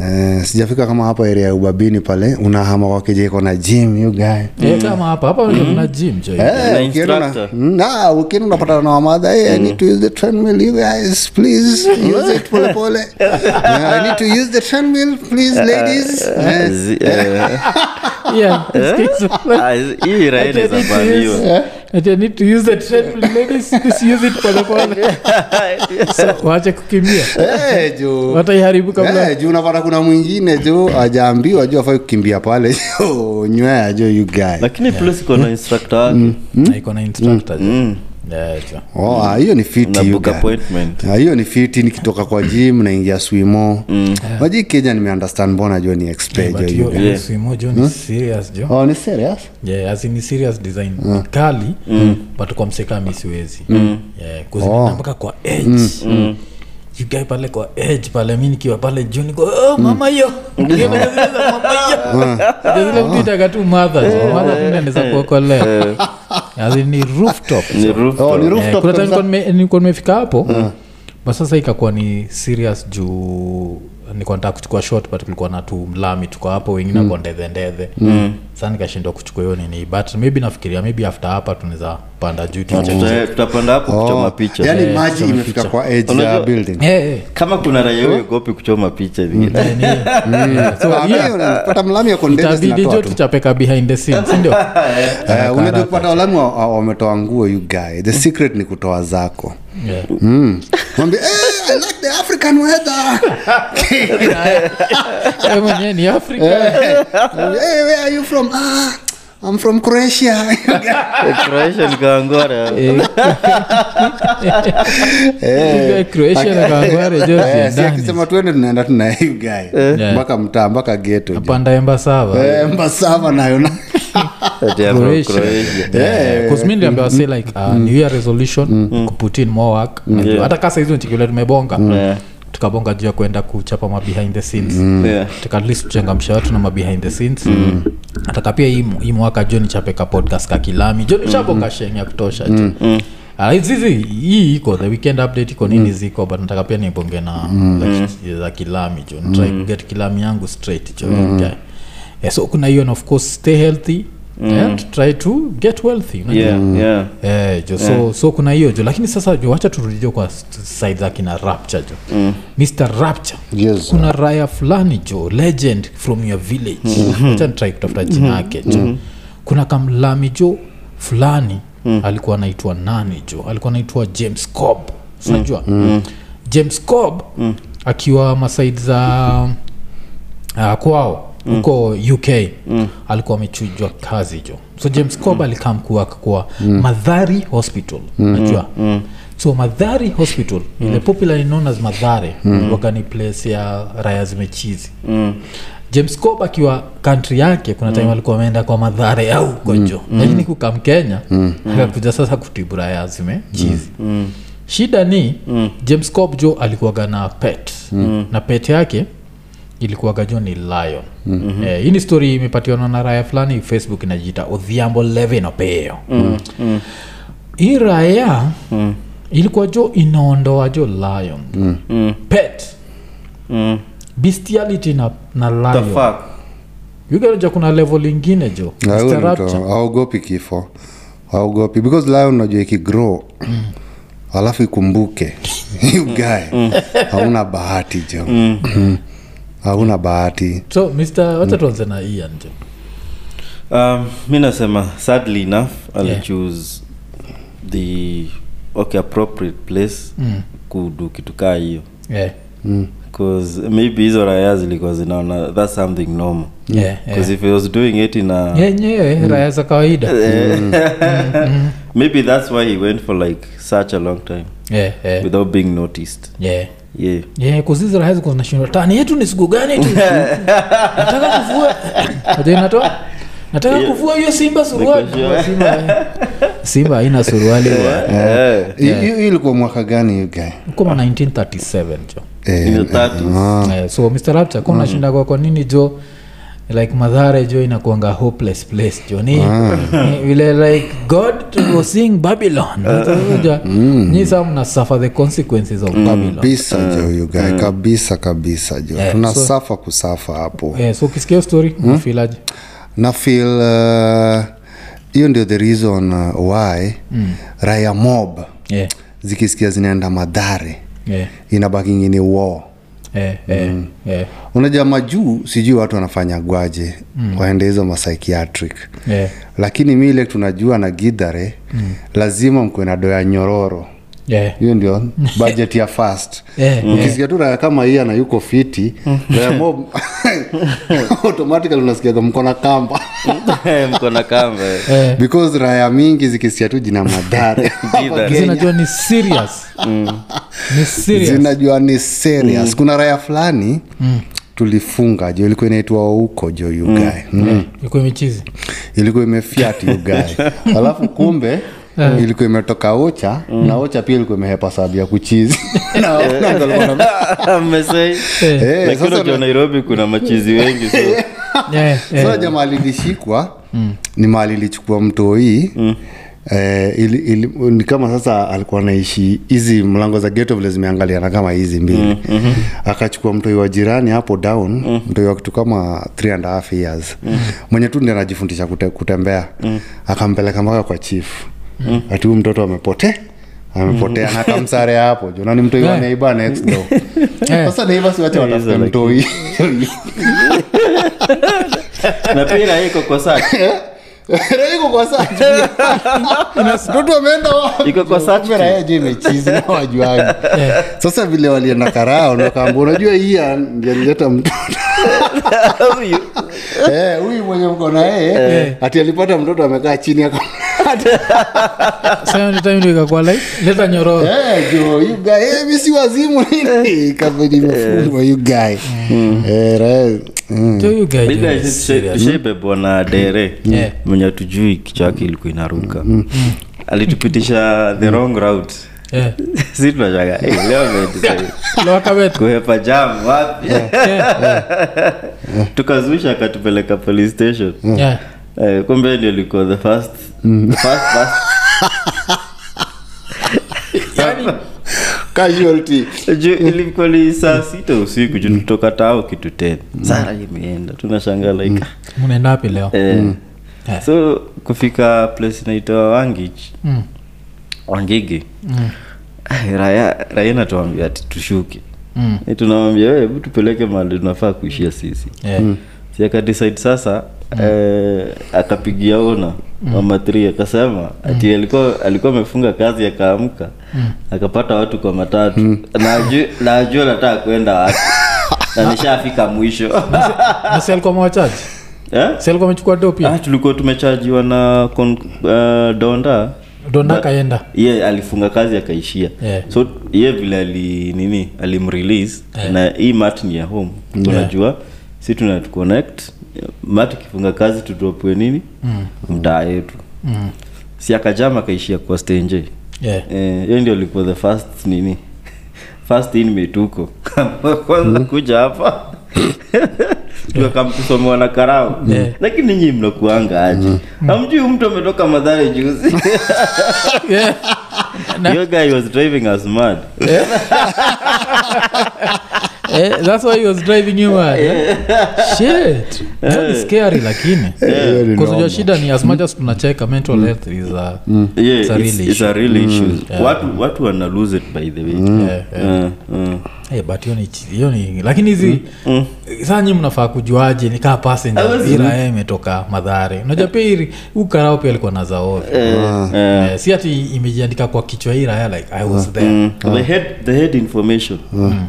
[SPEAKER 2] Eh, sijafika kama hapa area ya ubabini pale unahama kwakeje iko na gym you guy
[SPEAKER 1] Eh, kama hapa hapa kuna gym jo
[SPEAKER 2] Mm. Eh,
[SPEAKER 3] Na
[SPEAKER 2] ukienda una-
[SPEAKER 3] instructor.
[SPEAKER 2] na ukienda unapatana na wamadha hey, i need to use the treadmill you guys please use it pole pole Yeah, i need to use the treadmill
[SPEAKER 3] Uh,
[SPEAKER 2] please ladies Eh,
[SPEAKER 3] Zi- eh,
[SPEAKER 1] Yeah, it's- it's-
[SPEAKER 3] ah, hii
[SPEAKER 1] I
[SPEAKER 3] raini
[SPEAKER 1] need to use-
[SPEAKER 3] zabaniwa
[SPEAKER 1] I need to use the treadmill. Ladies, please use it polepole. So, waache kukimbia
[SPEAKER 2] eh, juu-
[SPEAKER 1] wataiharibu kabla
[SPEAKER 2] Eh, juu unapata kuna mwingine juu ajaambiwa juu afai kukimbia pale juu nywea juu you guy
[SPEAKER 3] lakini plus iko na instructor
[SPEAKER 2] Mm.
[SPEAKER 3] wake Mm.
[SPEAKER 1] Na iko na instructor Yeah, jo.
[SPEAKER 2] Oh, ah, hiyo ni fiti you
[SPEAKER 3] unabook
[SPEAKER 2] guy.
[SPEAKER 3] appointment
[SPEAKER 2] Ah, hiyo ni fiti nikitoka kwa gym naingia swimo
[SPEAKER 3] Mm.
[SPEAKER 2] maji kenya nimeunderstand mbona juu ni expert
[SPEAKER 1] But
[SPEAKER 2] juu
[SPEAKER 1] hiyo-
[SPEAKER 2] you Mm. guy.
[SPEAKER 1] hiyo swimo jo ni serious jo
[SPEAKER 2] oh ni serious
[SPEAKER 1] yeah, as in ni serious design kali but kwa msekami siwezi yeah, 'cause
[SPEAKER 2] Oh.
[SPEAKER 1] inaenda mpaka kwa edge You guy pale kwa edge pale mi nikiwa pale juu niko oh, mama hiyo Nikiwa na zile za mama hiyo. Ndio zile mtu itaga tu mother so mother tu ndio anaweza kuokolea As in ni rooftop
[SPEAKER 3] ni roof
[SPEAKER 2] oh ni
[SPEAKER 1] Eh,
[SPEAKER 2] rooftop
[SPEAKER 1] kuna time nilikuwa
[SPEAKER 2] kabisa. Mm.
[SPEAKER 1] nime- nilikuwa nimefika hapo but sasa ikakuwa ni serious juu nilikuwa nataka kuchukua shot but kulikuwa na tumlami tuko hapo wengine mm. kondedhendedhe mm. saa nikashindwa kuchukua hiyo nini but maybe nafikiria maybe after hapa tunaweza panda juu tucheze.
[SPEAKER 3] Tuta- tutapanda hapo kuchoma
[SPEAKER 2] Mm. Oh,
[SPEAKER 3] picha
[SPEAKER 2] yani
[SPEAKER 1] Eh,
[SPEAKER 2] maji
[SPEAKER 1] kuchoma
[SPEAKER 2] imefika
[SPEAKER 1] picha.
[SPEAKER 2] kwa edge
[SPEAKER 3] Unajua-
[SPEAKER 2] ya building
[SPEAKER 1] Eh, eh,
[SPEAKER 3] kama kuna raia uogopi kuchoma picha vingine
[SPEAKER 2] Mm.
[SPEAKER 1] eh, ni- eh, so, yeah,
[SPEAKER 2] Ah, mimi unapata mlami ya condensate
[SPEAKER 1] itabidi
[SPEAKER 2] zinatoa
[SPEAKER 1] jo
[SPEAKER 2] tu.
[SPEAKER 1] tuchapeka behind the scenes sindio
[SPEAKER 2] Eh, unajua kupata walamu wa- wa- wametoa nguo you guy the secret ni kutoa zako
[SPEAKER 1] Yeah.
[SPEAKER 2] mwambie "Eh, I like the african weather
[SPEAKER 1] Eh, mwenyewe ni afrika
[SPEAKER 2] Mwambie, "Eh, where are you from ah, I'm from Croatia
[SPEAKER 3] croatia nikawangora
[SPEAKER 1] Eh,
[SPEAKER 2] Eh.
[SPEAKER 1] Croatia na Kawangware, Jozi,
[SPEAKER 2] Eh, si
[SPEAKER 1] ndani.
[SPEAKER 2] akisema tuende tunaenda tunaye you guy
[SPEAKER 1] Yeah.
[SPEAKER 2] mpaka mtaa mpaka geto
[SPEAKER 1] panda embasava
[SPEAKER 2] Eh, mbasava nayo na-
[SPEAKER 3] Ati I'm from croatia
[SPEAKER 1] kusmindambewa say like uh, new year resolution kuput in more work Najua,
[SPEAKER 3] Mm. Yeah.
[SPEAKER 1] hata kasa hizo nchikile tumebonga
[SPEAKER 3] Yeah.
[SPEAKER 1] tukabonga juu ya kuenda kuchapa ma behind the scenes
[SPEAKER 3] Yeah.
[SPEAKER 1] Tuka at least kuchangamsha watu na ma behind the scenes ataka pia hii mu- hii mwaka jo nichapeka podcast kakilami jo nishabonga sheng ya kutosha jo Ah, hizi- hizi- hii iko the weekend update iko nini ziko but nataka pia nibonge na za ki- za kilami jo nitry kuget kilami yangu straight jo okay. Eh, so kuna hiyo and of course stay healthy and try to get wealthy unajua.
[SPEAKER 3] Yeah,
[SPEAKER 2] Mm.
[SPEAKER 3] yeah.
[SPEAKER 1] Eh, jo, so, so kuna hiyo jo lakini sasa jo wacha turudijo kwa st- side za kina rapture jo mm. mr rapture
[SPEAKER 2] Yes.
[SPEAKER 1] kuna raya fulani jo legend from your village wacha nitrai kutafuta jina yake jo kuna kamlami jo fulani alikuwa anaitwa nani jo alikuwa anaitwa james cob unajua james cob akiwa masaid za uh, kwao huko uk alikuwa amechujwa kazi jo so james cob alikam kuwaka kwa madhari hospital najua so madhari hospital ile popularly known as madhare waga ni place ya raya zimechizi james cob akiwa kantri yake kuna time alikuwa ameenda kwa madhare au ugonjo mm. lakini kukam kenya akakuja sasa kutibu raya zimechizi shida ni james cob jo alikuwaga na pet na pet yake ilikuwaga jo ni lion mm-hmm. eh, hii ni story imepatiwana na raya fulani facebook inajiita odhiambo levin opeyo mm-hmm. hii raya mm. ilikuwa jo inaondoa jo lion mm. pet
[SPEAKER 3] Mm.
[SPEAKER 1] bestiality na, na
[SPEAKER 3] The
[SPEAKER 1] lion
[SPEAKER 3] fuck?
[SPEAKER 1] yugaja kuna level ingine jo
[SPEAKER 2] Na huyo
[SPEAKER 1] Mr.
[SPEAKER 2] ni mtu
[SPEAKER 1] Rapture.
[SPEAKER 2] haogopi kifo haogopi because lion unajua ikigrow alafu ikumbuke you guy hauna bahati jo hauna bahati
[SPEAKER 1] so
[SPEAKER 2] Mm.
[SPEAKER 1] mr wacha tuanze na ian jo
[SPEAKER 3] Um, mi nasema sadly enough ali choose the okay appropriate place
[SPEAKER 1] Mm.
[SPEAKER 3] kudu kitu kaa hiyo
[SPEAKER 1] yeah.
[SPEAKER 3] 'Cause maybe hizo raya zilikuwa zinaona thats something normal
[SPEAKER 2] Mm.
[SPEAKER 1] Yeah, yeah.
[SPEAKER 3] 'Cause if he was doing it in a,
[SPEAKER 1] eh, yenyewe raya za kawaida
[SPEAKER 2] Eh.
[SPEAKER 3] maybe that's why he went for like such a long time
[SPEAKER 1] yeah, yeah.
[SPEAKER 3] without being noticed
[SPEAKER 1] yeah.
[SPEAKER 3] yeah
[SPEAKER 1] Yeah, 'cause hizo raha ziko zinashindwa tani yetu ni siku gani tu nataka kufua Unajua inatoa nataka
[SPEAKER 3] Hiyo-
[SPEAKER 1] kuvua hiyo simba suruali
[SPEAKER 3] Nikuachie.
[SPEAKER 1] simba eh. simba haina suruali bwana.
[SPEAKER 3] Eh,
[SPEAKER 2] Hiyo- hiyo ilikuwa mwaka gani hiyo guy?
[SPEAKER 1] kama 1937 jo
[SPEAKER 2] Eh,
[SPEAKER 3] In the 30s.
[SPEAKER 2] ah.
[SPEAKER 1] Eh, so mr rapcha ko nashinda kwa kwa nini jo like madhare jo inakuanga hopeless place jo ni ni vile like god was seeing babylon Unaja, nyi saa mnasafa the consequences of babylon
[SPEAKER 2] kabisa jo hiyo guy, kabisa kabisa jo
[SPEAKER 1] Eh,
[SPEAKER 2] tunasafa kusafa hapo
[SPEAKER 1] Eh, so ukisikia hiyo story unafilaje
[SPEAKER 2] na feel uh, hiyo ndio the reason uh, why raya mob
[SPEAKER 1] Eh,
[SPEAKER 2] zikisikia zinaenda madhare
[SPEAKER 1] eh,
[SPEAKER 2] inabaki ngini war
[SPEAKER 1] eh, eh, eh,
[SPEAKER 2] unajua majuu sijui watu wanafanya gwaje mm. waende hizo masychiatric
[SPEAKER 1] eh,
[SPEAKER 2] lakini mi ile tunajua na gidhare mm. lazima mkuwe na doya nyororo
[SPEAKER 1] eh,
[SPEAKER 2] hiyo ndio budget ya fast
[SPEAKER 1] Eh,
[SPEAKER 2] ukisikia tu raya kama hii na yuko fiti raya mob automatically unasikia mko na kamba
[SPEAKER 3] mko na kamba eh.
[SPEAKER 1] eh.
[SPEAKER 2] because raya mingi zikisikia tu jina madare
[SPEAKER 3] Gidhare.
[SPEAKER 1] Hizi najua ni serious ni serious
[SPEAKER 2] zinajua ni serious kuna raya fulani tulifunga jo ilikuwa inaitwa huko jo yugae mm. mm.
[SPEAKER 1] iko michizi
[SPEAKER 2] ilikuwa imefiat yugae alafu kumbe ilikuwa imetoka ocha na ocha pia ilikuwa imehepa sababu ya kuchizi Na watu walikuwa wanam-
[SPEAKER 3] Mmesei.
[SPEAKER 1] Eh,
[SPEAKER 2] Eh,
[SPEAKER 3] lakini
[SPEAKER 2] sasa
[SPEAKER 3] unajua
[SPEAKER 2] na-
[SPEAKER 3] nairobi kuna machizi wengi so
[SPEAKER 1] eh, eh,
[SPEAKER 2] sasa jamaa lilishikwa ni mahali ilichukua mtoii Eh, ili, ili, ni kama sasa alikuwa anaishi hizi mlango za geto vile zimeangaliana kama hizi mbili mm-hmm. akachukua mtoi wa jirani hapo down mm-hmm. mtoi wa kitu kama three and a half years mm-hmm. mwenye tu ndi anajifundisha kute, kutembea mm-hmm. akampeleka mpaka kwa chief mm-hmm. ati huyu mtoto amepotea amepotea mm-hmm. na akamsare hapo juu na ni mtoi wa
[SPEAKER 1] Eh.
[SPEAKER 2] neighbor next door sasa neighbor si wacha watafute
[SPEAKER 3] Hizo
[SPEAKER 2] mtoi
[SPEAKER 3] na pia na iko kwa search.
[SPEAKER 2] Raia iko kwa search pia. mtoto ameenda wapi?
[SPEAKER 3] Iko kwa search
[SPEAKER 2] Kumbe raia je imechizi na wajuaji sasa vile walienda karao ndo akaambia, unajua hii ya- ndiye alileta mtoto
[SPEAKER 3] Huyu.
[SPEAKER 2] Eh, huyu mwenye mko na
[SPEAKER 3] Eh.
[SPEAKER 2] yeye ati alipata mtoto amekaa chini aka-
[SPEAKER 1] Sasa ndio time ndio ikakuwa like leta nyororo
[SPEAKER 2] Eh, jo, you guy, eh, mi si wazimu
[SPEAKER 3] Eh.
[SPEAKER 2] nini Kabidi imefungwa, you guy. Eh, raia, mm.
[SPEAKER 1] Jo, you guys,
[SPEAKER 3] Maybe
[SPEAKER 1] you
[SPEAKER 3] I
[SPEAKER 1] guys.
[SPEAKER 3] should say- tushebebwa na dere
[SPEAKER 1] Hmm? Yeah.
[SPEAKER 3] mwenye atujui kichwa yake ilikuwa inaruka alitupitisha the wrong route
[SPEAKER 1] Eh,
[SPEAKER 3] si tunashaga "Eh, leo ametusa-
[SPEAKER 1] loka wetu.
[SPEAKER 3] kuhepa jam wapi tukazusha akatupeleka police station
[SPEAKER 1] Yeah.
[SPEAKER 3] Eh, kumbe ndio ilikuwa the first the first bus.
[SPEAKER 2] Casualty.
[SPEAKER 3] Ju- ilikuwa ni saa sita usiku juu tutoka tao kitu tena sara imeenda tunashangaa like ah,
[SPEAKER 1] mnaenda wapi leo
[SPEAKER 3] Eh,
[SPEAKER 1] Eh.
[SPEAKER 3] so kufika place inaitwa wangich
[SPEAKER 1] Mm.
[SPEAKER 3] wangigi Ai, raya raya natuambia ati tushuke
[SPEAKER 1] Mm.
[SPEAKER 3] Eh, tunamwambia "Wewe, hebu tupeleke mahali tunafaa kuishia sisi
[SPEAKER 1] Yeah.
[SPEAKER 3] si akadecide sasa
[SPEAKER 1] Mm.
[SPEAKER 3] eh, akapigia ona mama three
[SPEAKER 1] Mm.
[SPEAKER 3] akasema ati alikuwa alikuwa amefunga kazi akaamka akapata watu kwa matatu
[SPEAKER 1] Mm.
[SPEAKER 3] na ajue- na ajua nataka kwenda wapi na nishafika mwisho
[SPEAKER 1] Na si alikuwa mwachaji
[SPEAKER 3] Eh?
[SPEAKER 1] si alikuwa amechukua do
[SPEAKER 3] ah,
[SPEAKER 1] pia
[SPEAKER 3] tulikuwa tumechajiwa na kon, uh, donda
[SPEAKER 1] dona kaenda
[SPEAKER 3] ye alifunga kazi akaishia
[SPEAKER 1] Yeah.
[SPEAKER 3] so ye vile ali nini alimrelease
[SPEAKER 1] Yeah.
[SPEAKER 3] na hii mat ni ya home unajua si tunatuconnect mat ikifunga kazi tudropue nini mm. mtaa yetu
[SPEAKER 1] Mm.
[SPEAKER 3] si akajama akaishia kwa stenje
[SPEAKER 1] Yeah.
[SPEAKER 3] hiyo Eh, ndio ilikuwa the first nini first inmate huko
[SPEAKER 1] Hmm.
[SPEAKER 3] kwanza kuja hapa tukakamkusomewa na karao
[SPEAKER 1] Yeah. Hmm.
[SPEAKER 3] lakini nyii mnakuanga aje amjui mtu ametoka madhare juzi
[SPEAKER 1] Yeah. Na-
[SPEAKER 3] Your guy was driving us mad.
[SPEAKER 1] Eh, that's why he was driving you mad, eh? Shit. That is scary lakini
[SPEAKER 2] Eh, ni
[SPEAKER 1] Because
[SPEAKER 2] noma.
[SPEAKER 1] your shida ni as much as tunacheka mental health is a
[SPEAKER 3] Yeah,
[SPEAKER 1] It's a
[SPEAKER 3] it's,
[SPEAKER 1] real Hmm.
[SPEAKER 3] it's a real issue. Watu watu wana lose it by the way.
[SPEAKER 1] Yeah,
[SPEAKER 3] Uh, uh.
[SPEAKER 1] Eh, but hiyo ni chi- hiyo ni lakini hizi saa nyi mnafaa kujuaje nikaa passenger ira yeye imetoka madhare unajua pia hili- huu karao pia alikuwa na zaovi Eh, si ati imejiandika kwa kichwa hii raya like i was there
[SPEAKER 3] They had they had information.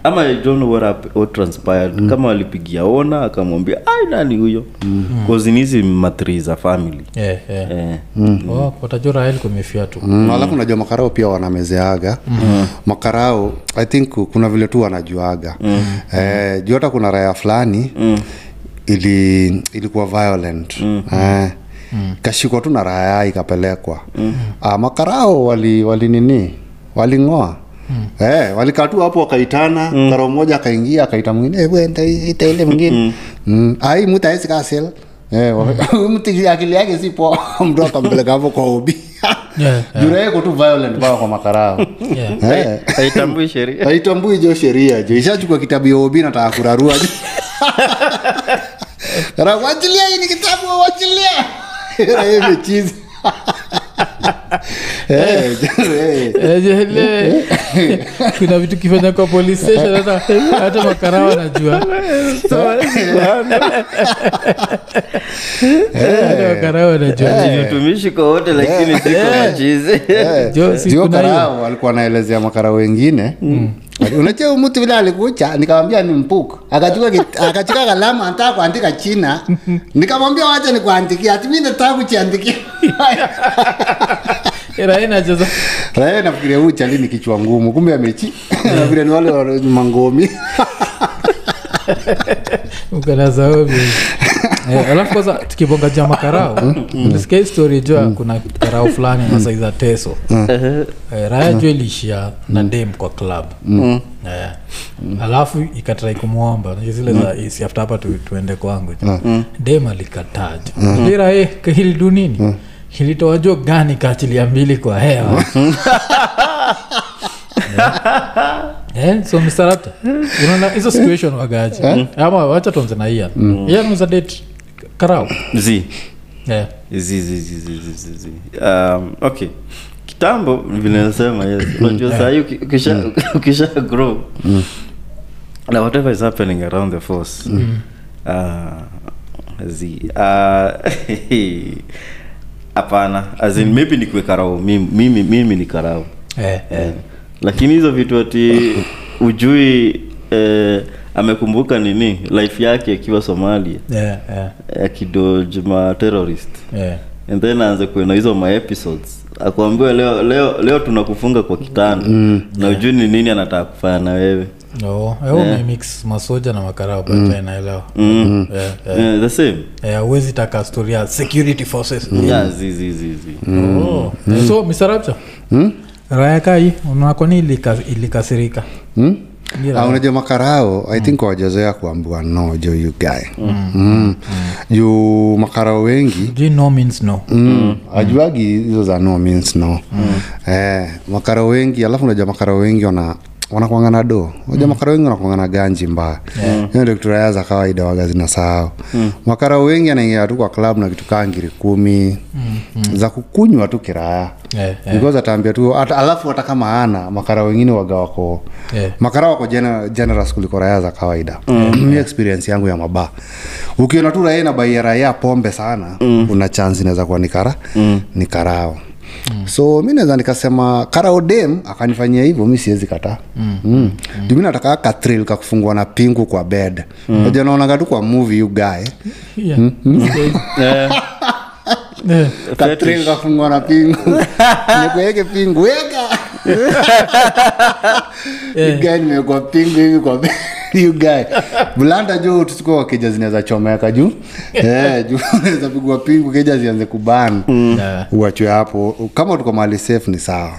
[SPEAKER 3] Ama I don't know what hap- what transpired. Kama walipigia ona akamwambia ai nani huyo. Cause nizi matri za family.
[SPEAKER 1] Eh, eh.
[SPEAKER 3] Eh.
[SPEAKER 1] Oh, watajua raya ilikuwa imefia tu
[SPEAKER 2] Mm. alafu najua makarao pia wanamezeaga mm. makarao i think kuna vile tu wanajuaga mm. eh, juu hata kuna raya fulani mm ili ilikuwa violent mm. eh, mm. kashikwa tu na rahaa ikapelekwa mm. ah, makarao wali, wali nini waling'oa Mm. Eh, walikaa tu hapo wakaitana mm. karao mmoja akaingia akaita mwingine "Eh, wewe ita- ita ile mwingine mm. ai mtu aezi kasel eh, wa- mtu akili yake si poa mtu akampeleka hapo kwa obi
[SPEAKER 1] Yeah, yeah.
[SPEAKER 2] juraeko tu violent mpaka kwa makarao
[SPEAKER 1] Yeah.
[SPEAKER 2] eh,
[SPEAKER 3] haitambui sheria
[SPEAKER 2] haitambui jo sheria jo ishachukua kitabu ya obi nataka kurarua jo. Kara, wachilia hii ni kitabu wachilia Ila yeye imechizi. Eh, jo, eh.
[SPEAKER 1] Eh, je, le- kuna vitu kifanya kwa police station hata hata makarawa najua hata makarawa
[SPEAKER 3] Eh.
[SPEAKER 1] najua
[SPEAKER 3] utumishi kwa wote lakini siko machizi
[SPEAKER 2] Eh,
[SPEAKER 1] Jo, si
[SPEAKER 2] jo
[SPEAKER 1] kuna Mm.
[SPEAKER 2] karao alikuwa anaelezea makarao wengine unajua huyu mtu vile alikucha nikamwambia ni mpuku akachukua kit- akachukua kalamu anataka kuandika china nikamwambia wacha nikuandikia ati mimi nataka kuchiandikia
[SPEAKER 1] rai nacheza
[SPEAKER 2] raia nafikiria huyu chali ni kichwa ngumu kumbe amechi nafikiria ni wale wa- mangomi
[SPEAKER 1] ukanasaobi Eh, alafu kwanza tukibonga cha makarao ulisikia hii story jua kuna karao fulani na saiza teso Eh, raya jua iliishia na dem kwa club Eh, alafu ikatrai kumwomba Unajua zile za "Isi, after hapa tu, tuende kwangu dem alikataja lira eh, kahilidu nini kilitoa jo gani kaachilia mbili kwa hewa Eh, so msarata unaona hizo situation wagaji ama wacha tuanze na iya iya nuza date karao
[SPEAKER 3] zi
[SPEAKER 1] Eh,
[SPEAKER 3] zi zi zi zi zi zi zi um, okay kitambo vile nasema yes unajua sahii uki- ukisha ukisha grow na whatever is happening around the force Ah, zi ah, hapana as in maybe ni kuekarau mimi, mimi, mimi ni karau
[SPEAKER 1] eh,
[SPEAKER 3] Eh, lakini hizo vitu ati ujui eh, amekumbuka nini life yake akiwa somalia
[SPEAKER 1] eh, eh,
[SPEAKER 3] akidoj ma terrorist
[SPEAKER 1] eh.
[SPEAKER 3] and then aanze kuena hizo ma episodes akuambiwe leo leo leo tunakufunga kwa kitanda mm. na ujui ni nini anataka kufanya na wewe
[SPEAKER 1] Oh, eh, umemix masoja na makaraba mm. naelewa
[SPEAKER 3] Mm.
[SPEAKER 1] Eh, eh.
[SPEAKER 3] Eh, the same
[SPEAKER 1] Eh, huwezi taka story ya security forces
[SPEAKER 3] yeah, zi, zi, zi, zi.
[SPEAKER 1] Oh. Eh, so misarabcha raya kai unaona kwa nini ilika- ilikasirika
[SPEAKER 2] Hmm?
[SPEAKER 1] Ni
[SPEAKER 2] Ah,
[SPEAKER 1] raha.
[SPEAKER 2] unajua makarao i think wajazoea kuambiwa no jo you guy mm. Mm. juu makarao wengi
[SPEAKER 1] Juu no means no
[SPEAKER 2] mm. ajuagi hizo za no means no eh, makarao wengi alafu unajua makarao wengi wana wanakwanga na do unajua makarao wengi wanakwanga na ganji mbaya hiyo ndio kitu raya za kawaida waga zinasahau makarao wengi anaingia tu kwa klabu na kitu kaa ngiri kumi za kukunywa tu kiraya
[SPEAKER 1] Eh, eh.
[SPEAKER 2] because ataambia tu hata- alafu hata kama ana makara wengine waga wako
[SPEAKER 1] Eh.
[SPEAKER 2] makara wako gener- generous kuliko raia za kawaida mi experience yangu ya mabaa ukiona tu raia na baia raia pombe sana una chance inaweza kuwa ni kara ni karao so mi naweza nikasema karaodem akanifanyia hivyo mi siwezi kataa mm. mm. juu mi nataka katril kakufungua na pingu kwa bed mm. naonaga tu kwa movie ugae
[SPEAKER 1] Yeah. Okay.
[SPEAKER 3] Eh,
[SPEAKER 1] Eh,
[SPEAKER 2] katril kafungwa na pingu nikuweke pingu weka
[SPEAKER 1] eh.
[SPEAKER 2] guy nimekuwa pingu hivi kwa you guy bulanda juu tusikua keja zinaweza chomeka juu Eh, juu unaweza pigwa pingu keja zianze kubana
[SPEAKER 1] Yeah.
[SPEAKER 2] uachwe hapo kama tuko mahali safe ni sawa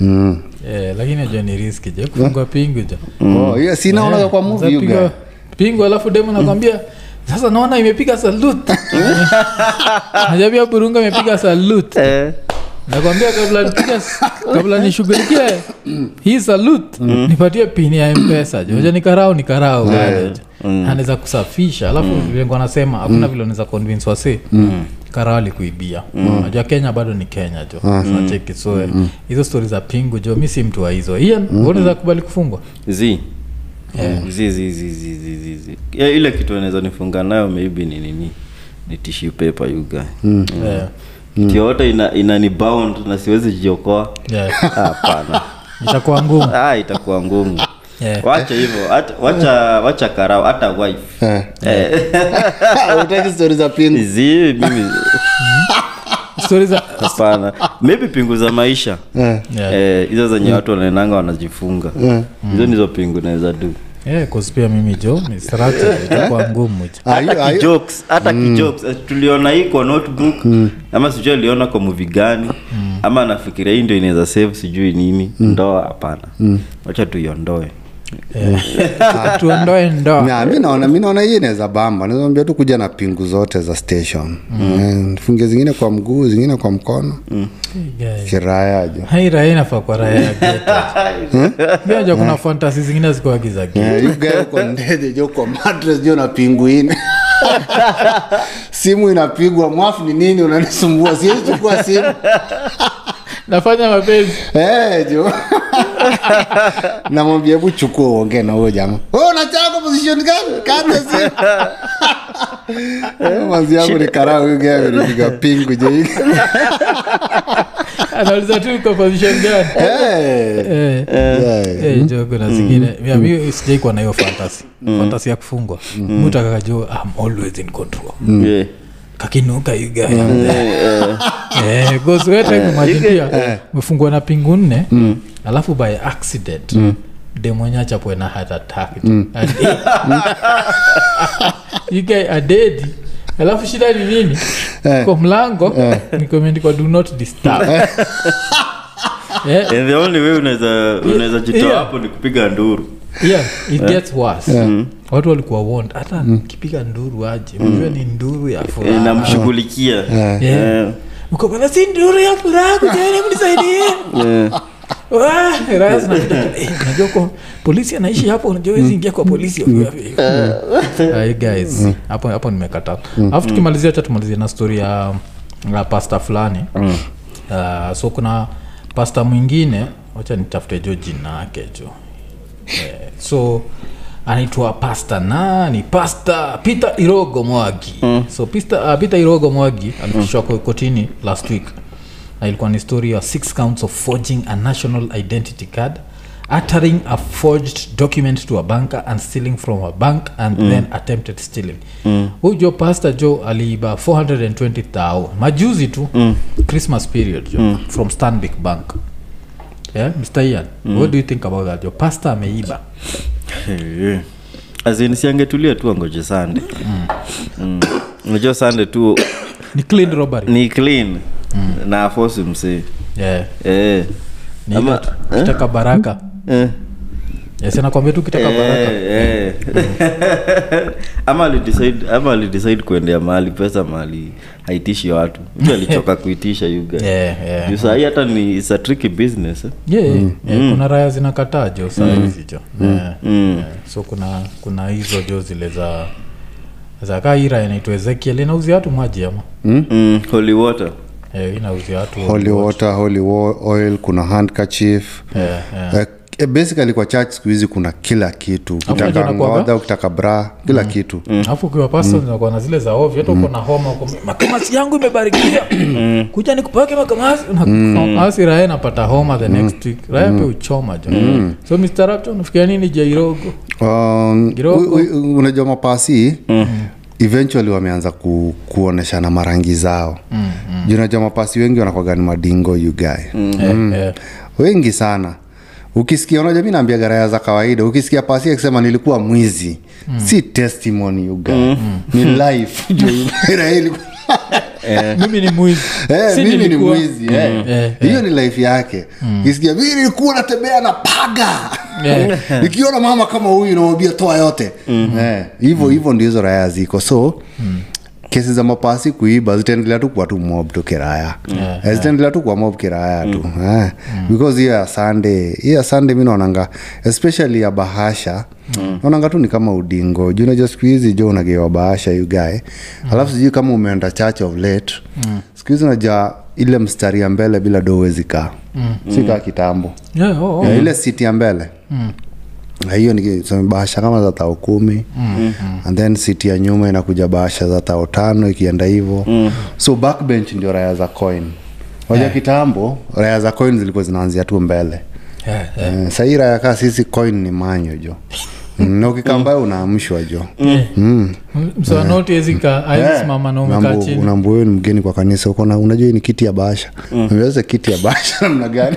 [SPEAKER 2] Mm.
[SPEAKER 1] Eh, lakini ajua ni riski je kufungwa pingu ja
[SPEAKER 2] Oh, hiyo si
[SPEAKER 1] Eh,
[SPEAKER 2] naonaga kwa movie you guy.
[SPEAKER 1] Zapigwa pingu alafu demu nakwambia sasa naona imepiga salut najabia burunga imepiga salut
[SPEAKER 3] eh,
[SPEAKER 1] nakwambia kabla nipige kabla nishughulikie hii salut
[SPEAKER 2] Mm.
[SPEAKER 1] nipatie pini ya mpesa joja ni karau ni karau
[SPEAKER 2] Mm.
[SPEAKER 1] anaweza kusafisha alafu vengo anasema hakuna vile unaweza convince wasi
[SPEAKER 2] Mm.
[SPEAKER 1] karau alikuibia najua kenya bado ni kenya jo
[SPEAKER 2] Ah, mm.
[SPEAKER 1] nacheki so eh, hizo stori za pingu jo mi si mtu wa hizo ian
[SPEAKER 2] Mm.
[SPEAKER 1] wewe unaweza kubali kufungwa
[SPEAKER 3] zi zi zi zi zi zi zi zi Eh, ile kitu anaweza nifunga nayo maybe ni nini ni tissue paper you guy
[SPEAKER 2] Mm.
[SPEAKER 1] Eh,
[SPEAKER 3] kitu yoyote ina, inanibound na siwezi jiokoa
[SPEAKER 1] yeah.
[SPEAKER 3] hapana
[SPEAKER 1] itakuwa ngumu
[SPEAKER 3] ah, itakuwa ngumu
[SPEAKER 1] Yeah.
[SPEAKER 3] wacha hivyo hata- wacha wacha karau hata wife
[SPEAKER 2] Eh. Hutaki story za pingu
[SPEAKER 3] zi mimi
[SPEAKER 1] stori za
[SPEAKER 3] hapana maybe pingu za maisha
[SPEAKER 2] Eh. Mm.
[SPEAKER 1] Yeah.
[SPEAKER 3] Eh, hizo zenye watu wanaenanga wanajifunga hizo nizo pingu naweza du
[SPEAKER 1] yeah, 'cause pia mimi jo ni struggle, itakuwa ngumu jo.
[SPEAKER 2] Ah, hiyo-
[SPEAKER 3] hata
[SPEAKER 2] ah, hiyo-
[SPEAKER 3] kijokes hata kijokes Eh, tuliona hii kwa notebook
[SPEAKER 2] Mm.
[SPEAKER 3] ama sijui aliona kwa muvi gani
[SPEAKER 1] Mm.
[SPEAKER 3] ama anafikiria hii ndio inaweza save sijui nini
[SPEAKER 2] Mm.
[SPEAKER 3] ndoa hapana wacha tuiondoe
[SPEAKER 1] Yeah. tuondoe ndoa
[SPEAKER 2] Na, mi naona mi naona hiyo inaweza bamba naambia tu kuja na pingu zote za station mm. funge zingine kwa mguu zingine kwa mkono mm.
[SPEAKER 1] Yeah.
[SPEAKER 2] kiraya jo
[SPEAKER 1] hai raha inafaa kwa raha ya geta miaja kuna fantasi zingine zikuwagi za geta
[SPEAKER 2] Yeah, Eh, you guy uko ndege jo kwa mattress jo na pingu ine simu inapigwa mwafu ni nini unanisumbua siwezi chukua simu
[SPEAKER 1] nafanya mapenzi
[SPEAKER 2] Eh, jo namwambia hebu chukua uongee na huyo jamaa "Wewe unacheza kwa position gani kata simu mazi Eh, yangu ni karau huyu guy amenipiga pingu jo
[SPEAKER 1] anauliza tu uko position gani
[SPEAKER 2] Eh,
[SPEAKER 1] Eh.
[SPEAKER 2] yeah.
[SPEAKER 1] Eh, jo kuna zingine Yeah, mi sijai kuwa na hiyo fantasi fantasi ya kufungwa mutakaka jo I'm always in control
[SPEAKER 2] Mm.
[SPEAKER 3] Yeah.
[SPEAKER 1] kakinuka Eh, igayagoswetekumajindia umefungwa na pingu nne alafu by accident mm. demonyachapwe na heart attack Ade- You guy adedi alafu shida ni nini kwa mlango nikomendikwa do not disturb Eh,
[SPEAKER 3] And the only way unaweza unaweza jitoa
[SPEAKER 1] Yeah.
[SPEAKER 3] hapo ni kupiga nduru
[SPEAKER 1] yeah, it gets worse watu walikuwa warned hata kipiga nduru aje unajua ni nduru ya
[SPEAKER 3] Eh,
[SPEAKER 1] furaha
[SPEAKER 3] namshughulikia
[SPEAKER 1] Ah, Yeah.
[SPEAKER 3] Eh,
[SPEAKER 1] ukapata si nduru ya furaha kujani mnisaidie
[SPEAKER 3] eh.
[SPEAKER 1] Wah, raha zinapita. Eh, unajua kwa polisi anaishi hapo unajua wezi ingia kwa polisi Ah, you guys hapo hapo nimekata alafu tukimalizia cha tumalizie na story ya ya pasta fulani Ah, so kuna pasta mwingine wacha nitafute jo jina yake jo Eh, so anaitwa pasta nani pasta peter irogo mwagi so pista, uh, peter irogo mwagi alifikishwa mm. kotini last week na ilikuwa ni story ya six counts of forging a national identity card uttering a forged document to a banker and stealing from a bank and mm. then attempted stealing huyu jo pasta jo aliiba 420000 majuzi tu mm. christmas period jo mm. from stanbic bank yeah? mr ian what do you think about that jo pasta ameiba
[SPEAKER 3] Eh. As in, siangetulia tu angoje sande unajua sande tu
[SPEAKER 1] ni clean robbery
[SPEAKER 3] ni clean na afosi msee
[SPEAKER 1] yeah.
[SPEAKER 3] eh.
[SPEAKER 1] Mm. ni
[SPEAKER 3] Ama-
[SPEAKER 1] ile tu, kitaka baraka
[SPEAKER 3] eh.
[SPEAKER 1] yes anakwambia tu kitaka baraka
[SPEAKER 3] Eh, eh. ama alidecide ama alidecide kuendea mahali pesa mahali haitishi watu mtu alichoka kuitisha yuga
[SPEAKER 1] Yeah, yeah.
[SPEAKER 3] juu sahii hata ni it's a tricky business eh?
[SPEAKER 1] yeah, yeah. Yeah, kuna raya zinakataa jo sahizi jo yeah.
[SPEAKER 3] Mm.
[SPEAKER 1] yeah. so kuna kuna hizo jo zile za za kaa hii raya inaitwa ezekiel inauzia watu maji ama
[SPEAKER 3] Mm, holy water
[SPEAKER 1] yeah, inauzia watu
[SPEAKER 2] holy water holy wa- oil kuna handkerchief
[SPEAKER 1] yeah, yeah.
[SPEAKER 2] Eh, eh, basically kwa church siku hizi kuna kila kitu
[SPEAKER 1] unajua
[SPEAKER 2] ukitaka
[SPEAKER 1] nakuwaga?
[SPEAKER 2] ngodha ukitaka bra kila kitu
[SPEAKER 1] alafu ukiwa pasta
[SPEAKER 3] Mm.
[SPEAKER 1] unakuwa na zile za ovyo hata uko na homa uko, makamasi yangu imebarikiwa
[SPEAKER 3] Mm.
[SPEAKER 1] kuja nikupake makamasi Na- makamasi raya napata homa the
[SPEAKER 3] Mm.
[SPEAKER 1] next week raya pia uchoma jo so mr rapto unafikiria nini jairogo
[SPEAKER 2] Um,
[SPEAKER 1] Kirogo.
[SPEAKER 2] u- u- unajua mapasi eventually wameanza ku, kuoneshana marangi zao mm, mm. unajua mapasi wengi wanakwaga ni madingo yugae mm.
[SPEAKER 1] Eh, eh.
[SPEAKER 2] wengi sana ukisikia unajua mi naambia garaya za kawaida ukisikia pasi akisema nilikuwa mwizi mm. si testimony yugae mm. ni life Juu Israeli ilikuwa-
[SPEAKER 1] mimi ni mwizi
[SPEAKER 2] Eh,
[SPEAKER 1] Si
[SPEAKER 2] mimi ni
[SPEAKER 1] nilikuwa-
[SPEAKER 2] mwizi eh.
[SPEAKER 1] Eh, Mm.
[SPEAKER 2] hiyo ni life yake kisikia mi nilikuwa natembea na paga
[SPEAKER 1] Eh.
[SPEAKER 2] nikiona mama kama huyu inamwambia toa yote Eh, hivyo hivyo ndio hizo raya ziko so kesi za mapasi kuiba zitaendelea tu kuwa tu mob tu kiraya Eh, zitaendelea tu kuwa mob kiraya tu Eh, because hiyo ya sunday hiyo ya sunday mi naonanga especially ya bahasha naonanga tu ni kama udingo juu unajua siku hizi jo unagewa bahasha yugae alafu sijui kama umeenda church of late siku hizi unajua ile mstari ya mbele bila do huwezi kaa sikaa kitambo
[SPEAKER 1] Yeah, oh, oh.
[SPEAKER 2] ya ile siti ya mbele Na hiyo ni so bahasha kama za tao kumi and then siti ya nyuma inakuja bahasha za tao tano ikienda hivo so backbench ndio raya za coin waja kitambo raya za coin zilikuwa zinaanzia tu mbele
[SPEAKER 1] Eh, eh.
[SPEAKER 2] Eh, sahii raya kaa sisi coin ni manyo jo Mm, na ukikaa mbaya unaamshwa jo
[SPEAKER 1] msoanotiezika aisimama na umekaa
[SPEAKER 2] Mambo-
[SPEAKER 1] chini
[SPEAKER 2] unaambiwa Eh, wewe ni mgeni kwa kanisa uko na unajua hii ni kiti ya bahasha Unaweza kiti ya bahasha namna gani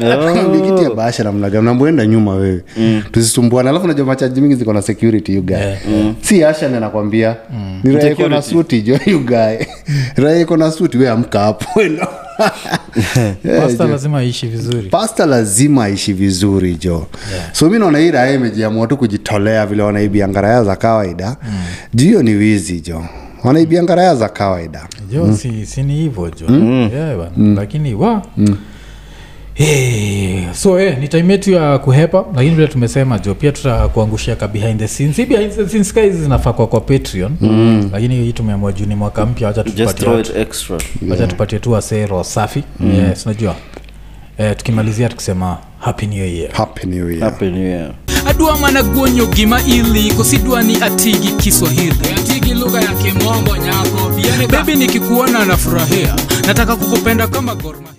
[SPEAKER 2] Unaambiwa kiti ya bahasha namna gani Unaambiwa enda nyuma wewe tusisumbuane alafu najua machaji mingi ziko na security you guy si asha ndiye anakwambia
[SPEAKER 1] Mm.
[SPEAKER 2] ni raia iko na suti jo you guy raia iko na suti wewe amka hapo wenda. Eh,
[SPEAKER 1] pasta
[SPEAKER 2] jo.
[SPEAKER 1] lazima aishi vizuri
[SPEAKER 2] pasta lazima aishi vizuri jo yeah. so mi naona hii raia imejiamua tu kujitolea vile wanaibia ngaraya za kawaida mm. juu hiyo ni wizi jo wanaibia ngaraya za kawaida
[SPEAKER 1] jo si, si ni hivyo jo
[SPEAKER 2] Mm.
[SPEAKER 1] yeah, bana. lakini wa Eh, so eh, ni time yetu ya kuhepa lakini vile tumesema jo pia tutakuangushia ka behind the scenes hii behind the scenes guys zinafaa kwa kwa patreon mm. lakini hii tumeamua juu ni mwaka mpya wacha
[SPEAKER 3] just
[SPEAKER 1] tupatie
[SPEAKER 3] throw it extra
[SPEAKER 1] wacha tupatie tu wasero safi mm. yes, unajua eh, tukimalizia tukisema happy new year
[SPEAKER 2] happy new year
[SPEAKER 3] happy new year
[SPEAKER 4] adwa mana guonyo gima iliko sidwa ni atigi kiswahili atigi lugha ya kimombo nyako bebi nikikuona nafurahia nataka kukupenda kama gorma